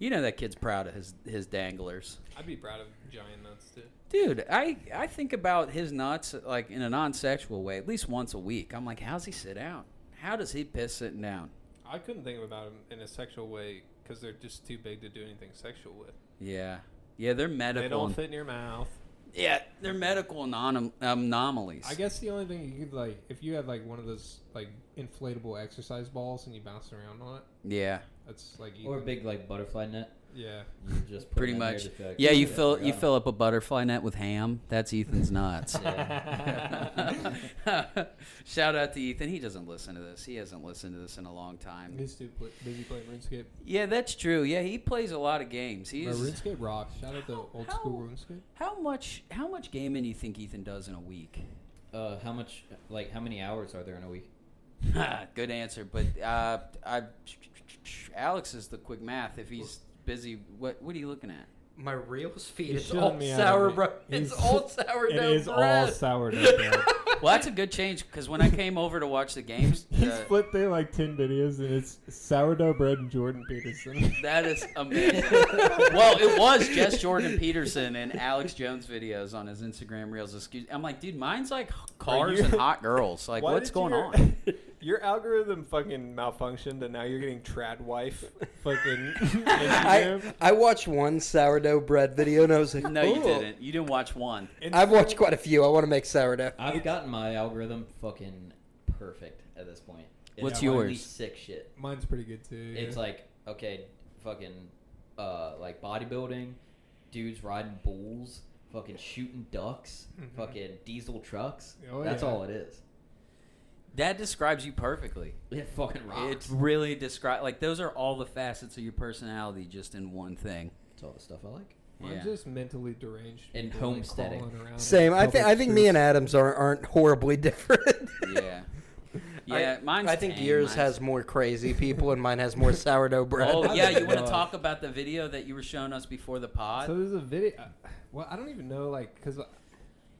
Speaker 5: You know that kid's proud of his his danglers.
Speaker 6: I'd be proud of giant nuts too.
Speaker 5: Dude, I, I think about his nuts like in a non sexual way at least once a week. I'm like, how's he sit down? How does he piss sitting down?
Speaker 6: I couldn't think about them in a sexual way because they're just too big to do anything sexual with.
Speaker 5: Yeah, yeah, they're medical.
Speaker 6: They don't fit in your mouth.
Speaker 5: Yeah, they're medical anom- anomalies.
Speaker 6: I guess the only thing you could like, if you had like one of those like inflatable exercise balls and you bounce around on it,
Speaker 5: Yeah,
Speaker 6: that's like you
Speaker 7: Or a
Speaker 6: can-
Speaker 7: big like butterfly net.
Speaker 6: Yeah,
Speaker 7: You just put
Speaker 5: pretty
Speaker 7: it in there
Speaker 5: much.
Speaker 7: just like-
Speaker 5: Yeah, you fill you
Speaker 7: Yeah.
Speaker 5: fill up a butterfly net with ham. That's Ethan's nuts. Shout out to Ethan. He doesn't listen to this. He hasn't listened to this in a long time.
Speaker 6: he's too pl- busy playing RuneScape.
Speaker 5: Yeah, that's true. Yeah, he plays a lot of games.
Speaker 6: No,
Speaker 5: He's
Speaker 6: RuneScape rocks. Shout out to old school
Speaker 5: how-
Speaker 6: RuneScape.
Speaker 5: how much how much gaming do you think Ethan does in a week?
Speaker 7: Uh, how much? Like how many hours are there in a week?
Speaker 5: Good answer, but uh, I, Alex is the quick math. If he's busy, what what are you looking at?
Speaker 8: My reels feed
Speaker 10: He's
Speaker 8: is
Speaker 10: shitting
Speaker 8: all
Speaker 10: me out
Speaker 8: sour,
Speaker 10: of it.
Speaker 8: bro. It's
Speaker 10: He's-
Speaker 8: all sourdough
Speaker 10: It is
Speaker 8: bread.
Speaker 10: all sourdough bread.
Speaker 5: Well, that's a good change because when I came over to watch the games,
Speaker 10: He's
Speaker 5: uh,
Speaker 10: flipped through like 10 videos and it's sourdough bread and Jordan Peterson.
Speaker 5: that is amazing. well, it was just Jordan Peterson and Alex Jones videos on his Instagram reels. Excuse, I'm like, dude, mine's like cars
Speaker 10: you-
Speaker 5: and hot girls. Like,
Speaker 6: Why
Speaker 5: what's
Speaker 6: did
Speaker 5: going
Speaker 6: your-
Speaker 5: on?
Speaker 6: Your algorithm fucking malfunctioned, and now you're getting trad wife fucking.
Speaker 8: I,
Speaker 6: Instagram.
Speaker 8: I watched one sourdough bread video and I was like,
Speaker 5: No, you
Speaker 8: "Ooh."
Speaker 5: didn't. You didn't watch one.
Speaker 8: I've watched quite a few. I want to make sourdough.
Speaker 7: I've gotten my algorithm fucking perfect at this point. It's
Speaker 5: What's
Speaker 7: only
Speaker 5: yours?
Speaker 7: Sick shit.
Speaker 6: Mine's pretty good too. yeah.
Speaker 7: It's like okay, fucking, uh, like bodybuilding, dudes riding bulls, fucking shooting ducks, fucking diesel trucks.
Speaker 6: Mm-hmm. Oh,
Speaker 7: That's
Speaker 6: yeah.
Speaker 7: all it is.
Speaker 5: That describes you perfectly.
Speaker 7: It fucking
Speaker 5: It
Speaker 7: rocks.
Speaker 5: really describes like those are all the facets of your personality just in one thing.
Speaker 7: It's all the stuff I like.
Speaker 6: I'm
Speaker 5: Yeah.
Speaker 6: just mentally deranged.
Speaker 7: And
Speaker 6: people, like,
Speaker 7: homesteading.
Speaker 6: crawling around in
Speaker 8: Same. I think I
Speaker 6: public
Speaker 8: think me and
Speaker 6: streets.
Speaker 8: Adams are, aren't horribly different.
Speaker 5: yeah. Yeah, mine's
Speaker 8: I think
Speaker 5: tame.
Speaker 8: yours
Speaker 5: Mine's-
Speaker 8: has more crazy people and mine has more sourdough bread.
Speaker 5: Oh yeah, you want to
Speaker 6: God.
Speaker 5: talk about the video that you were showing us before the pod?
Speaker 6: So there's a video. uh, Well, I don't even know, like, because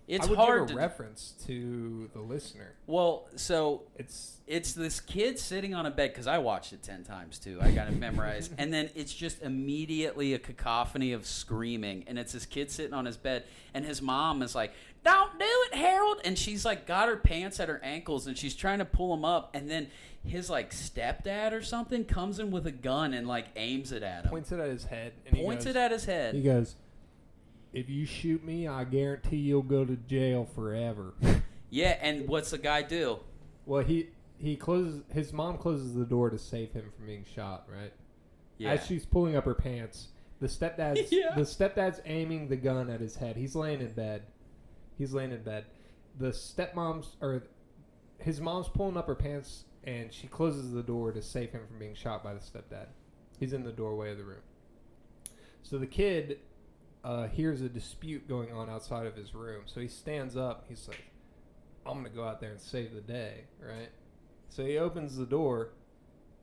Speaker 5: it's
Speaker 6: I would
Speaker 5: hard
Speaker 6: give
Speaker 5: to
Speaker 6: a reference to the listener.
Speaker 5: Well, so
Speaker 6: It's
Speaker 5: it's this kid sitting on a bed because I watched it ten times too. I got it memorized, and then it's just immediately a cacophony of screaming, and it's this kid sitting on his bed, and his mom is like, "Don't do it, Harold," and she's like got her pants at her ankles, and she's trying to pull him up, and then his like stepdad or something comes in with a gun and like aims it at him,
Speaker 6: points it at his head. And
Speaker 5: points
Speaker 6: he
Speaker 5: it
Speaker 6: goes,
Speaker 5: at his head.
Speaker 10: He goes, If you shoot me, I guarantee you'll go to jail forever.
Speaker 5: Yeah, and what's the guy do?
Speaker 6: Well, he he closes. His mom closes the door to save him from being shot. Right.
Speaker 5: Yeah.
Speaker 6: As she's pulling up her pants, the stepdad's
Speaker 5: Yeah.
Speaker 6: the stepdad's aiming the gun at his head. He's laying in bed. He's laying in bed. The stepmom's or his mom's pulling up her pants, and she closes the door to save him from being shot by the stepdad. He's in the doorway of the room. So the kid uh, hears a dispute going on outside of his room. So he stands up. He's like, "I'm gonna go out there and save the day," right? So he opens the door,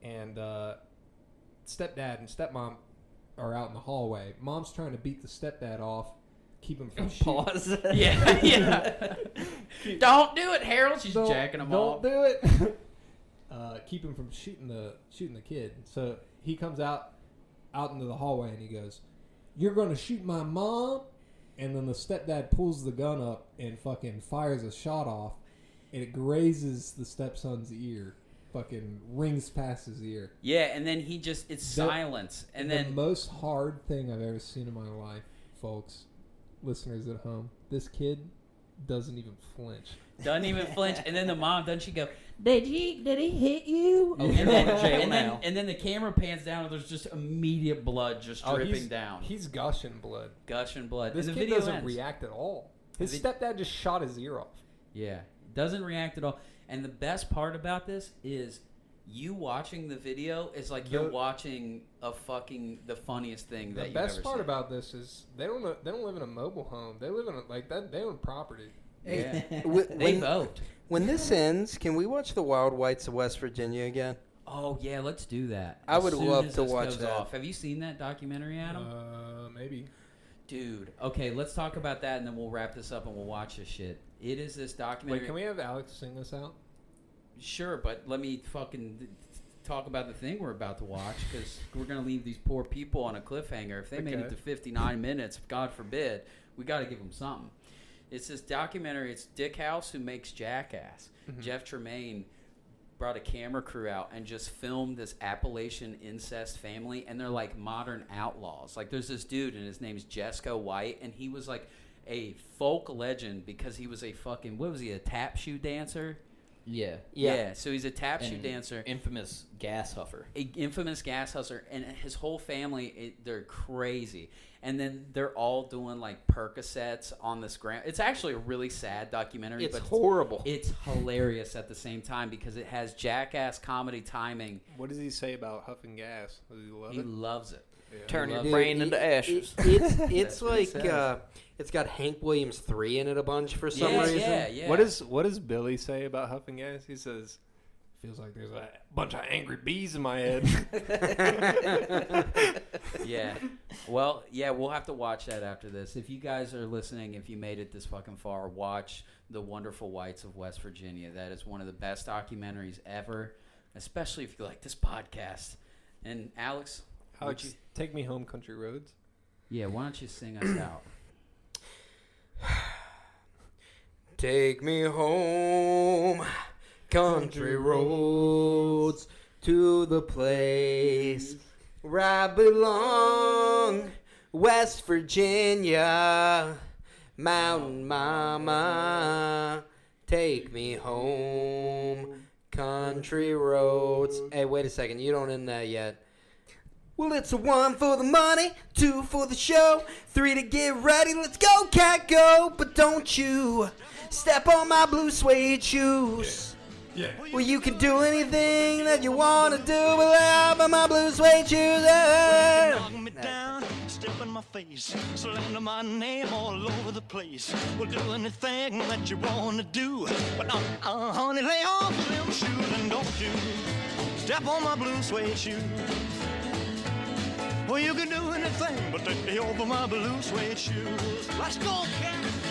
Speaker 6: and uh, stepdad and stepmom are out in the hallway. Mom's trying to beat the stepdad off, keep him from shooting.
Speaker 8: Pause.
Speaker 5: Yeah, yeah. Don't do it, Harold. She's
Speaker 6: Don't-
Speaker 5: jacking him
Speaker 6: don't
Speaker 5: off.
Speaker 6: do it. uh, keep him from shooting the shooting the kid. So he comes out out into the hallway and he goes, "You're going to shoot my mom." And then the stepdad pulls the gun up and fucking fires a shot off, and it grazes the stepson's ear. Fucking rings past his ear.
Speaker 5: Yeah, and then he just it's
Speaker 6: The-
Speaker 5: silence, and
Speaker 6: the
Speaker 5: then
Speaker 6: most hard thing I've ever seen in my life, folks, listeners at home. This kid doesn't even flinch.
Speaker 5: doesn't even flinch, and then the mom doesn't she go? Did he? Did he hit you?
Speaker 7: Oh,
Speaker 5: and,
Speaker 7: you're
Speaker 5: then,
Speaker 7: in jail
Speaker 5: and, then,
Speaker 7: now.
Speaker 5: and then the camera pans down, and there's just immediate blood just dripping
Speaker 6: Oh, he's,
Speaker 5: down,
Speaker 6: He's gushing blood.
Speaker 5: gushing blood.
Speaker 6: This
Speaker 5: and the
Speaker 6: kid
Speaker 5: video
Speaker 6: doesn't
Speaker 5: ends.
Speaker 6: react at all. His
Speaker 5: The vid-
Speaker 6: stepdad just shot his ear off.
Speaker 5: Yeah, doesn't react at all. And the best part about this is you watching the video is like you're
Speaker 6: The-
Speaker 5: watching a fucking the funniest thing that
Speaker 6: The
Speaker 5: you've
Speaker 6: best
Speaker 5: ever
Speaker 6: part
Speaker 5: seen.
Speaker 6: about this is they don't li- they don't live in a mobile home. They live in a, like that. They own property.
Speaker 5: yeah. they
Speaker 8: when,
Speaker 5: vote.
Speaker 8: when this ends, can we watch the Wild Whites of West Virginia again?
Speaker 5: Oh yeah, let's do that.
Speaker 8: I would
Speaker 5: soon
Speaker 8: love
Speaker 5: as
Speaker 8: to
Speaker 5: this
Speaker 8: watch
Speaker 5: goes
Speaker 8: that.
Speaker 5: Have you seen that documentary, Adam?
Speaker 6: Uh, maybe.
Speaker 5: Dude, okay, let's talk about that and then we'll wrap this up and we'll watch this shit. It is this documentary.
Speaker 6: Wait, can we have Alex sing us out?
Speaker 5: Sure, but let me fucking th- talk about the thing we're about to watch because we're gonna leave these poor people on a cliffhanger. If they made
Speaker 14: Okay.
Speaker 5: it to 59 minutes, God forbid, we got to give them something. It's this documentary. It's Dick House who makes Jackass. Jeff Tremaine brought a camera crew out and just filmed this Appalachian incest family, and they're like modern outlaws. Like there's this dude, and his name's Jesco White, and he was like a folk legend because he was a fucking what was he a tap shoe dancer?
Speaker 7: Yeah.
Speaker 5: Yeah. so he's a tap shoe
Speaker 7: And
Speaker 5: dancer,
Speaker 7: Infamous gas huffer.
Speaker 5: a infamous gas hustler, and his whole family it, they're crazy. And then they're all doing like Percocets on this ground. It's actually a really sad documentary,
Speaker 8: It's
Speaker 5: but
Speaker 8: horrible.
Speaker 5: it's hilarious at the same time because it has jackass comedy timing.
Speaker 14: What does he say about huffing gas? Does he love
Speaker 5: He
Speaker 14: it?
Speaker 5: loves it.
Speaker 7: Turn your
Speaker 5: Love it.
Speaker 7: brain
Speaker 8: Dude,
Speaker 7: into
Speaker 8: it-
Speaker 7: ashes.
Speaker 8: it- it's it's
Speaker 5: That's what it
Speaker 8: like
Speaker 5: says.
Speaker 8: uh, it's got Hank Williams three in it a bunch for some
Speaker 5: yeah,
Speaker 8: reason.
Speaker 5: yeah, yeah.
Speaker 14: What is what does Billy say about huffing gas? He says, "Feels like there's a bunch of angry bees in my head."
Speaker 5: yeah. Well, yeah, we'll have to watch that after this. If you guys are listening, if you made it this fucking far, watch The Wonderful Whites of West Virginia. That is one of the best documentaries ever, especially if you like this podcast. And Alex, would
Speaker 14: Alex,
Speaker 5: you,
Speaker 14: take me home, country roads.
Speaker 5: yeah, why don't you sing us out?
Speaker 8: Take me home, country roads, to the place where I belong, West Virginia, Mountain Mama. Take me home, country roads. Hey, wait a second, you don't end that yet. Well, it's a one for the money, two for the show, three to get ready. Let's go, cat, go! But don't you step on my blue suede shoes. Well, you can do anything that you want to do, but I'm on my blue suede shoes.
Speaker 18: knock me down, step in my face, slander my name all over the place. Well, do anything that you wanna do, but uh, uh, honey, lay off them shoes and don't you step on my blue suede shoes. Well, you can do anything, but lay over my blue suede shoes. Let's go, Karen.